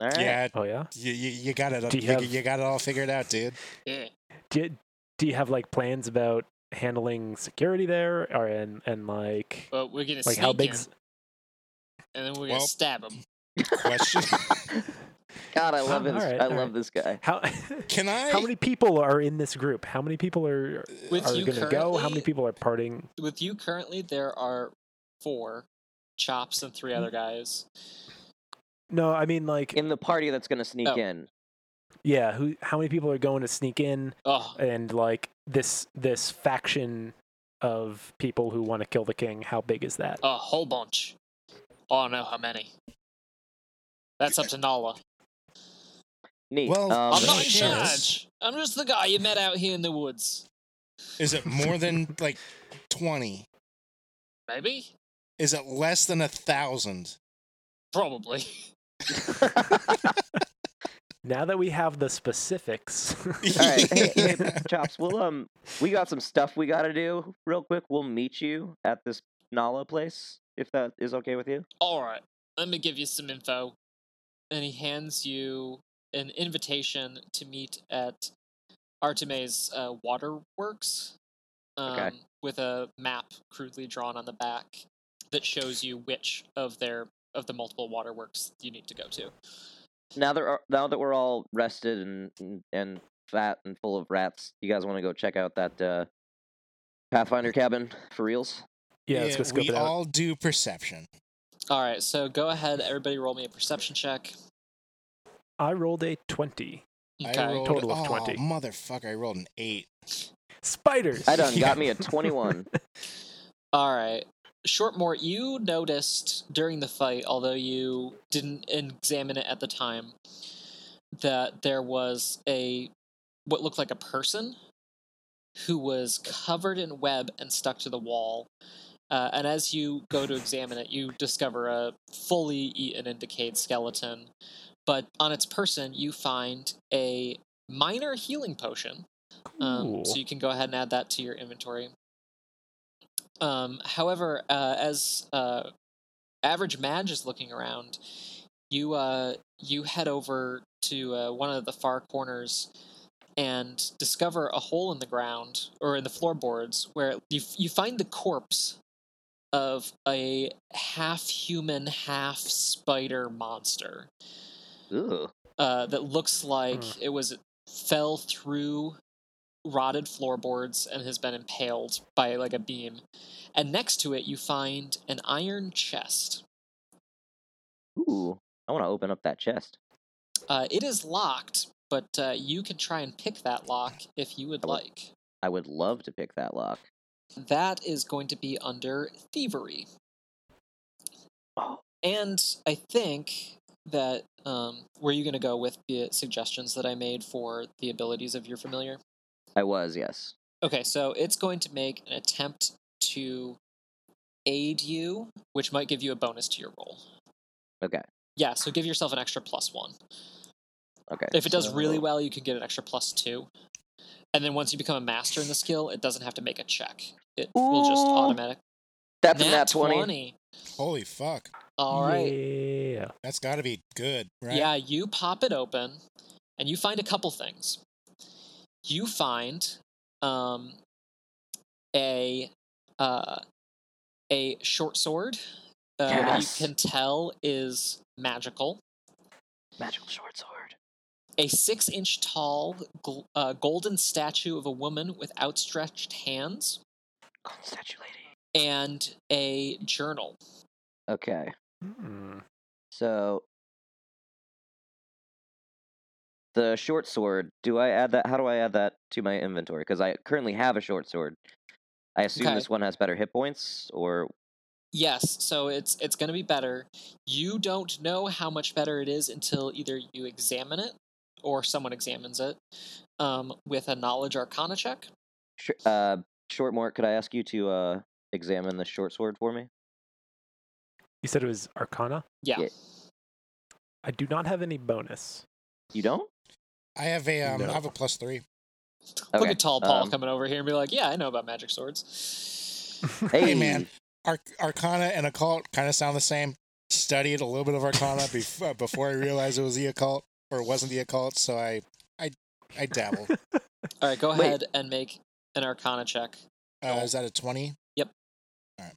[SPEAKER 1] All right.
[SPEAKER 4] Yeah,
[SPEAKER 3] Oh yeah.
[SPEAKER 4] you, you, you got it.
[SPEAKER 3] Do
[SPEAKER 4] You,
[SPEAKER 3] you have-
[SPEAKER 4] you got it all figured out, dude.
[SPEAKER 2] Yeah.
[SPEAKER 3] Do you, do you have like plans about handling security there, or and and like
[SPEAKER 2] But we're gonna
[SPEAKER 3] like
[SPEAKER 2] sneak
[SPEAKER 3] how big?
[SPEAKER 2] in, and then we're gonna
[SPEAKER 4] Well-
[SPEAKER 2] stab him.
[SPEAKER 4] Question:
[SPEAKER 1] God, I love
[SPEAKER 3] All
[SPEAKER 4] Um,
[SPEAKER 1] this.
[SPEAKER 3] right,
[SPEAKER 1] I
[SPEAKER 3] all
[SPEAKER 1] love
[SPEAKER 3] right.
[SPEAKER 1] this guy.
[SPEAKER 3] How
[SPEAKER 4] Can I? uh,
[SPEAKER 3] how many people are in this group? How many people are
[SPEAKER 2] With
[SPEAKER 3] are
[SPEAKER 2] you
[SPEAKER 3] going to go? How many
[SPEAKER 2] currently-
[SPEAKER 3] people are parting?
[SPEAKER 2] With you currently, there are four chops and three other guys.
[SPEAKER 3] No, I mean like
[SPEAKER 1] In the party that's gonna sneak
[SPEAKER 2] Oh.
[SPEAKER 1] in.
[SPEAKER 3] yeah. Who? How many people are going to sneak in?
[SPEAKER 2] Oh,
[SPEAKER 3] And like this this faction of people who want to kill the king. How big is that?
[SPEAKER 2] a whole bunch. Oh no, how many? That's up to Nala.
[SPEAKER 1] Neat.
[SPEAKER 4] Well,
[SPEAKER 1] um,
[SPEAKER 2] I'm not in
[SPEAKER 4] shit.
[SPEAKER 2] charge. I'm just the guy you met out here in the woods.
[SPEAKER 4] Is it more than like twenty?
[SPEAKER 2] Maybe,
[SPEAKER 4] Is it less than a thousand?
[SPEAKER 2] probably.
[SPEAKER 3] Now that we have the specifics,
[SPEAKER 1] all right. Hey, hey, Chops. We'll um. We got some stuff we gotta do real quick. We'll meet you at this Nala place if that is okay with you.
[SPEAKER 2] All right, let me give you some info. And he hands you an invitation to meet at Arteme's uh, Waterworks um,
[SPEAKER 1] Okay.
[SPEAKER 2] with a map crudely drawn on the back that shows you which of their of the multiple waterworks you need to go to.
[SPEAKER 1] Now that are, now that we're all rested and, and and fat and full of rats, you guys want to go check out that uh, Pathfinder cabin for reals?
[SPEAKER 3] Yeah, let's go scope
[SPEAKER 4] we
[SPEAKER 3] it out.
[SPEAKER 4] all do perception.
[SPEAKER 2] All right, so go ahead. Everybody, roll me a perception check.
[SPEAKER 3] I rolled a 20.
[SPEAKER 4] I
[SPEAKER 2] Okay.
[SPEAKER 4] rolled,
[SPEAKER 3] Total of
[SPEAKER 4] oh,
[SPEAKER 3] 20.
[SPEAKER 4] Motherfucker, I rolled an eight.
[SPEAKER 3] Spiders!
[SPEAKER 1] I done
[SPEAKER 4] Yeah.
[SPEAKER 1] got me a twenty-one.
[SPEAKER 2] All right. Shortmore, you noticed during the fight, although you didn't examine it at the time, that there was a what looked like a person who was covered in web and stuck to the wall. Uh, and as you go to examine it, you discover a fully eaten and decayed skeleton. But on its person, you find a minor healing potion. Um,
[SPEAKER 3] Cool.
[SPEAKER 2] so you can go ahead and add that to your inventory. Um, however, uh, as uh, average Madge is looking around, you uh, you head over to uh, one of the far corners and discover a hole in the ground or in the floorboards where you you find the corpse of a half human, half spider monster
[SPEAKER 1] Ooh,
[SPEAKER 2] uh, that looks like
[SPEAKER 3] Mm.
[SPEAKER 2] it was fell through rotted floorboards and has been impaled by like a beam. And next to it, you find an iron chest.
[SPEAKER 1] ooh. I want to open up that chest.
[SPEAKER 2] Uh, it is locked, but uh, you can try and pick that lock if you would
[SPEAKER 1] I will.
[SPEAKER 2] like.
[SPEAKER 1] I would love to pick that lock.
[SPEAKER 2] That is going to be under thievery.
[SPEAKER 1] Oh.
[SPEAKER 2] And I think that um, were you going to go with the suggestions that I made for the abilities of your familiar?
[SPEAKER 1] I was, yes.
[SPEAKER 2] Okay, so it's going to make an attempt to aid you, which might give you a bonus to your roll.
[SPEAKER 1] Okay.
[SPEAKER 2] Yeah, so give yourself an extra plus one.
[SPEAKER 1] Okay.
[SPEAKER 2] If it does really
[SPEAKER 1] so-
[SPEAKER 2] well, you can get an extra plus two. And then once you become a master in the skill, it doesn't have to make a check. It will just
[SPEAKER 1] Ooh.
[SPEAKER 2] automatic.
[SPEAKER 1] that's
[SPEAKER 2] Nat
[SPEAKER 1] a nat twenty.
[SPEAKER 4] Holy fuck,
[SPEAKER 2] All right.
[SPEAKER 3] Yeah.
[SPEAKER 4] that's got to be good, right?
[SPEAKER 2] Yeah, you pop it open and you find a couple things. You find um, a uh, a short sword uh,
[SPEAKER 1] Yes.
[SPEAKER 2] that you can tell is magical.
[SPEAKER 1] Magical short sword.
[SPEAKER 2] A six inch tall gl- uh, golden statue of a woman with outstretched hands
[SPEAKER 1] Golden statue lady.
[SPEAKER 2] and a journal.
[SPEAKER 1] Okay.
[SPEAKER 3] Hmm.
[SPEAKER 1] So the short sword, do I add that how do I add that to my inventory cuz I currently have a short sword. I assume
[SPEAKER 2] Okay.
[SPEAKER 1] this one has better hit points or
[SPEAKER 2] Yes, so it's it's going to be better. You don't know how much better it is until either you examine it or someone examines it um, with a knowledge arcana check.
[SPEAKER 1] sh- uh Shortmore, could I ask you to uh examine the short sword for me?
[SPEAKER 3] You said it was Arcana?
[SPEAKER 2] Yeah.
[SPEAKER 1] Yeah.
[SPEAKER 3] I do not have any bonus.
[SPEAKER 1] You don't?
[SPEAKER 4] I have a um,
[SPEAKER 3] No.
[SPEAKER 4] I have a plus three.
[SPEAKER 2] Look
[SPEAKER 1] Okay,
[SPEAKER 2] at Tall Paul
[SPEAKER 1] um,
[SPEAKER 2] coming over here and be like, "Yeah, I know about magic swords."
[SPEAKER 1] Hey,
[SPEAKER 4] man. Arc- Arcana and occult kind of sound the same. Studied a little bit of Arcana bef- uh, before I realized it was the occult or it wasn't the occult, so I I I dabble.
[SPEAKER 2] All right, go
[SPEAKER 1] Wait.
[SPEAKER 2] ahead and make an arcana check.
[SPEAKER 4] Uh, is that a twenty?
[SPEAKER 2] Yep.
[SPEAKER 4] All right.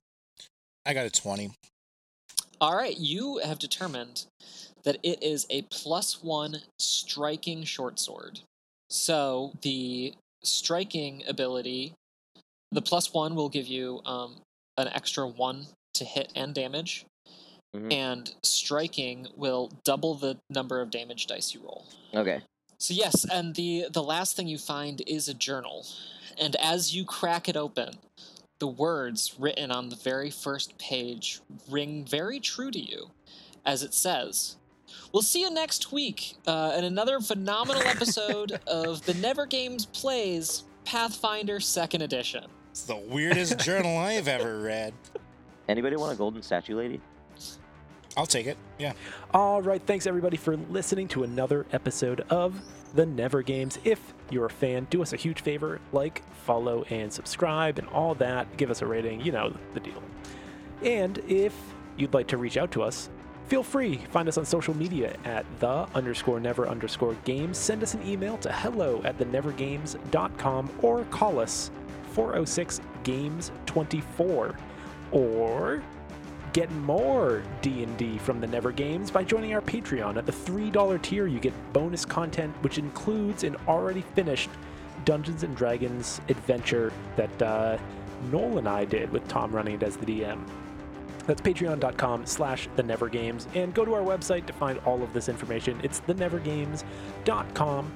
[SPEAKER 4] I got a twenty.
[SPEAKER 2] All right, you have determined that it is a plus one striking short sword. So the striking ability, the plus one will give you um, an extra one to hit and damage,
[SPEAKER 1] Mhm.
[SPEAKER 2] and striking will double the number of damage dice you roll.
[SPEAKER 1] Okay.
[SPEAKER 2] So yes, and the the last thing you find is a journal, and as you crack it open, the words written on the very first page ring very true to you, as it says, "We'll see you next week uh, in another phenomenal episode of the Never Games Plays Pathfinder Second Edition."
[SPEAKER 4] It's the weirdest journal I've ever read.
[SPEAKER 1] Anybody want a golden statue lady?
[SPEAKER 4] I'll take it. Yeah.
[SPEAKER 3] All right, thanks everybody for listening to another episode of The Never Games. If you're a fan, do us a huge favor like, follow, and subscribe, and all that. Give us a rating, you know the deal. And if you'd like to reach out to us, feel free. Find us on social media at the underscore never underscore games. Send us an email to hello at thenevergames.com or call us 406 games 24 or Get more D&D from the Never Games by joining our Patreon. At the $3 tier, you get bonus content, which includes an already finished Dungeons & Dragons adventure that uh, Noel and I did with Tom running it as the DM. That's patreon.com slash the Never Games, and go to our website to find all of this information. It's thenevergames.com.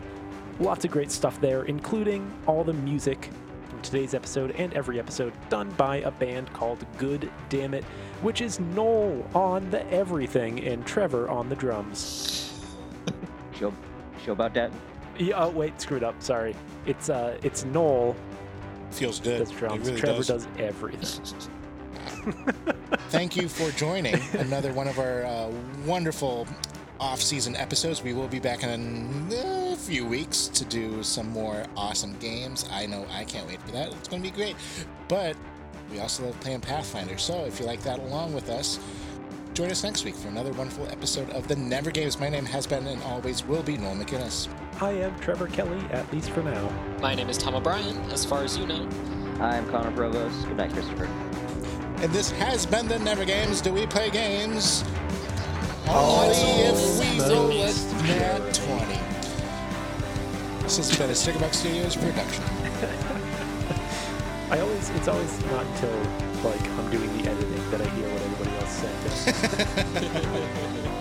[SPEAKER 3] Lots of great stuff there, including all the music from today's episode and every episode done by a band called Good Damn It, which is Noel on the everything and Trevor on the drums.
[SPEAKER 1] Show, show about that.
[SPEAKER 3] Yeah, oh wait, screwed up. Sorry. It's uh, it's Noel
[SPEAKER 4] Feels good.
[SPEAKER 3] that's
[SPEAKER 4] It
[SPEAKER 3] drums.
[SPEAKER 4] really
[SPEAKER 3] Trevor
[SPEAKER 4] does.
[SPEAKER 3] does everything.
[SPEAKER 4] Thank you for joining another one of our uh, wonderful off-season episodes. We will be back in a uh, few weeks to do some more awesome games. I know I can't wait for that. It's going to be great. But we also love playing Pathfinder. So if you like that along with us, join us next week for another wonderful episode of the Never Games. My name has been and always will be Noel McGinnis.
[SPEAKER 3] I am Trevor Kelly, at least for now.
[SPEAKER 2] My name is Tom O'Brien, as far as you know.
[SPEAKER 1] I'm Connor Provost. Good night, Christopher.
[SPEAKER 4] And this has been the Never Games. Do we play games? Only if we roll a nat 20. This has been a Stickerbox Studios production.
[SPEAKER 3] I always, it's always not until like I'm doing the editing that I hear what everybody else said.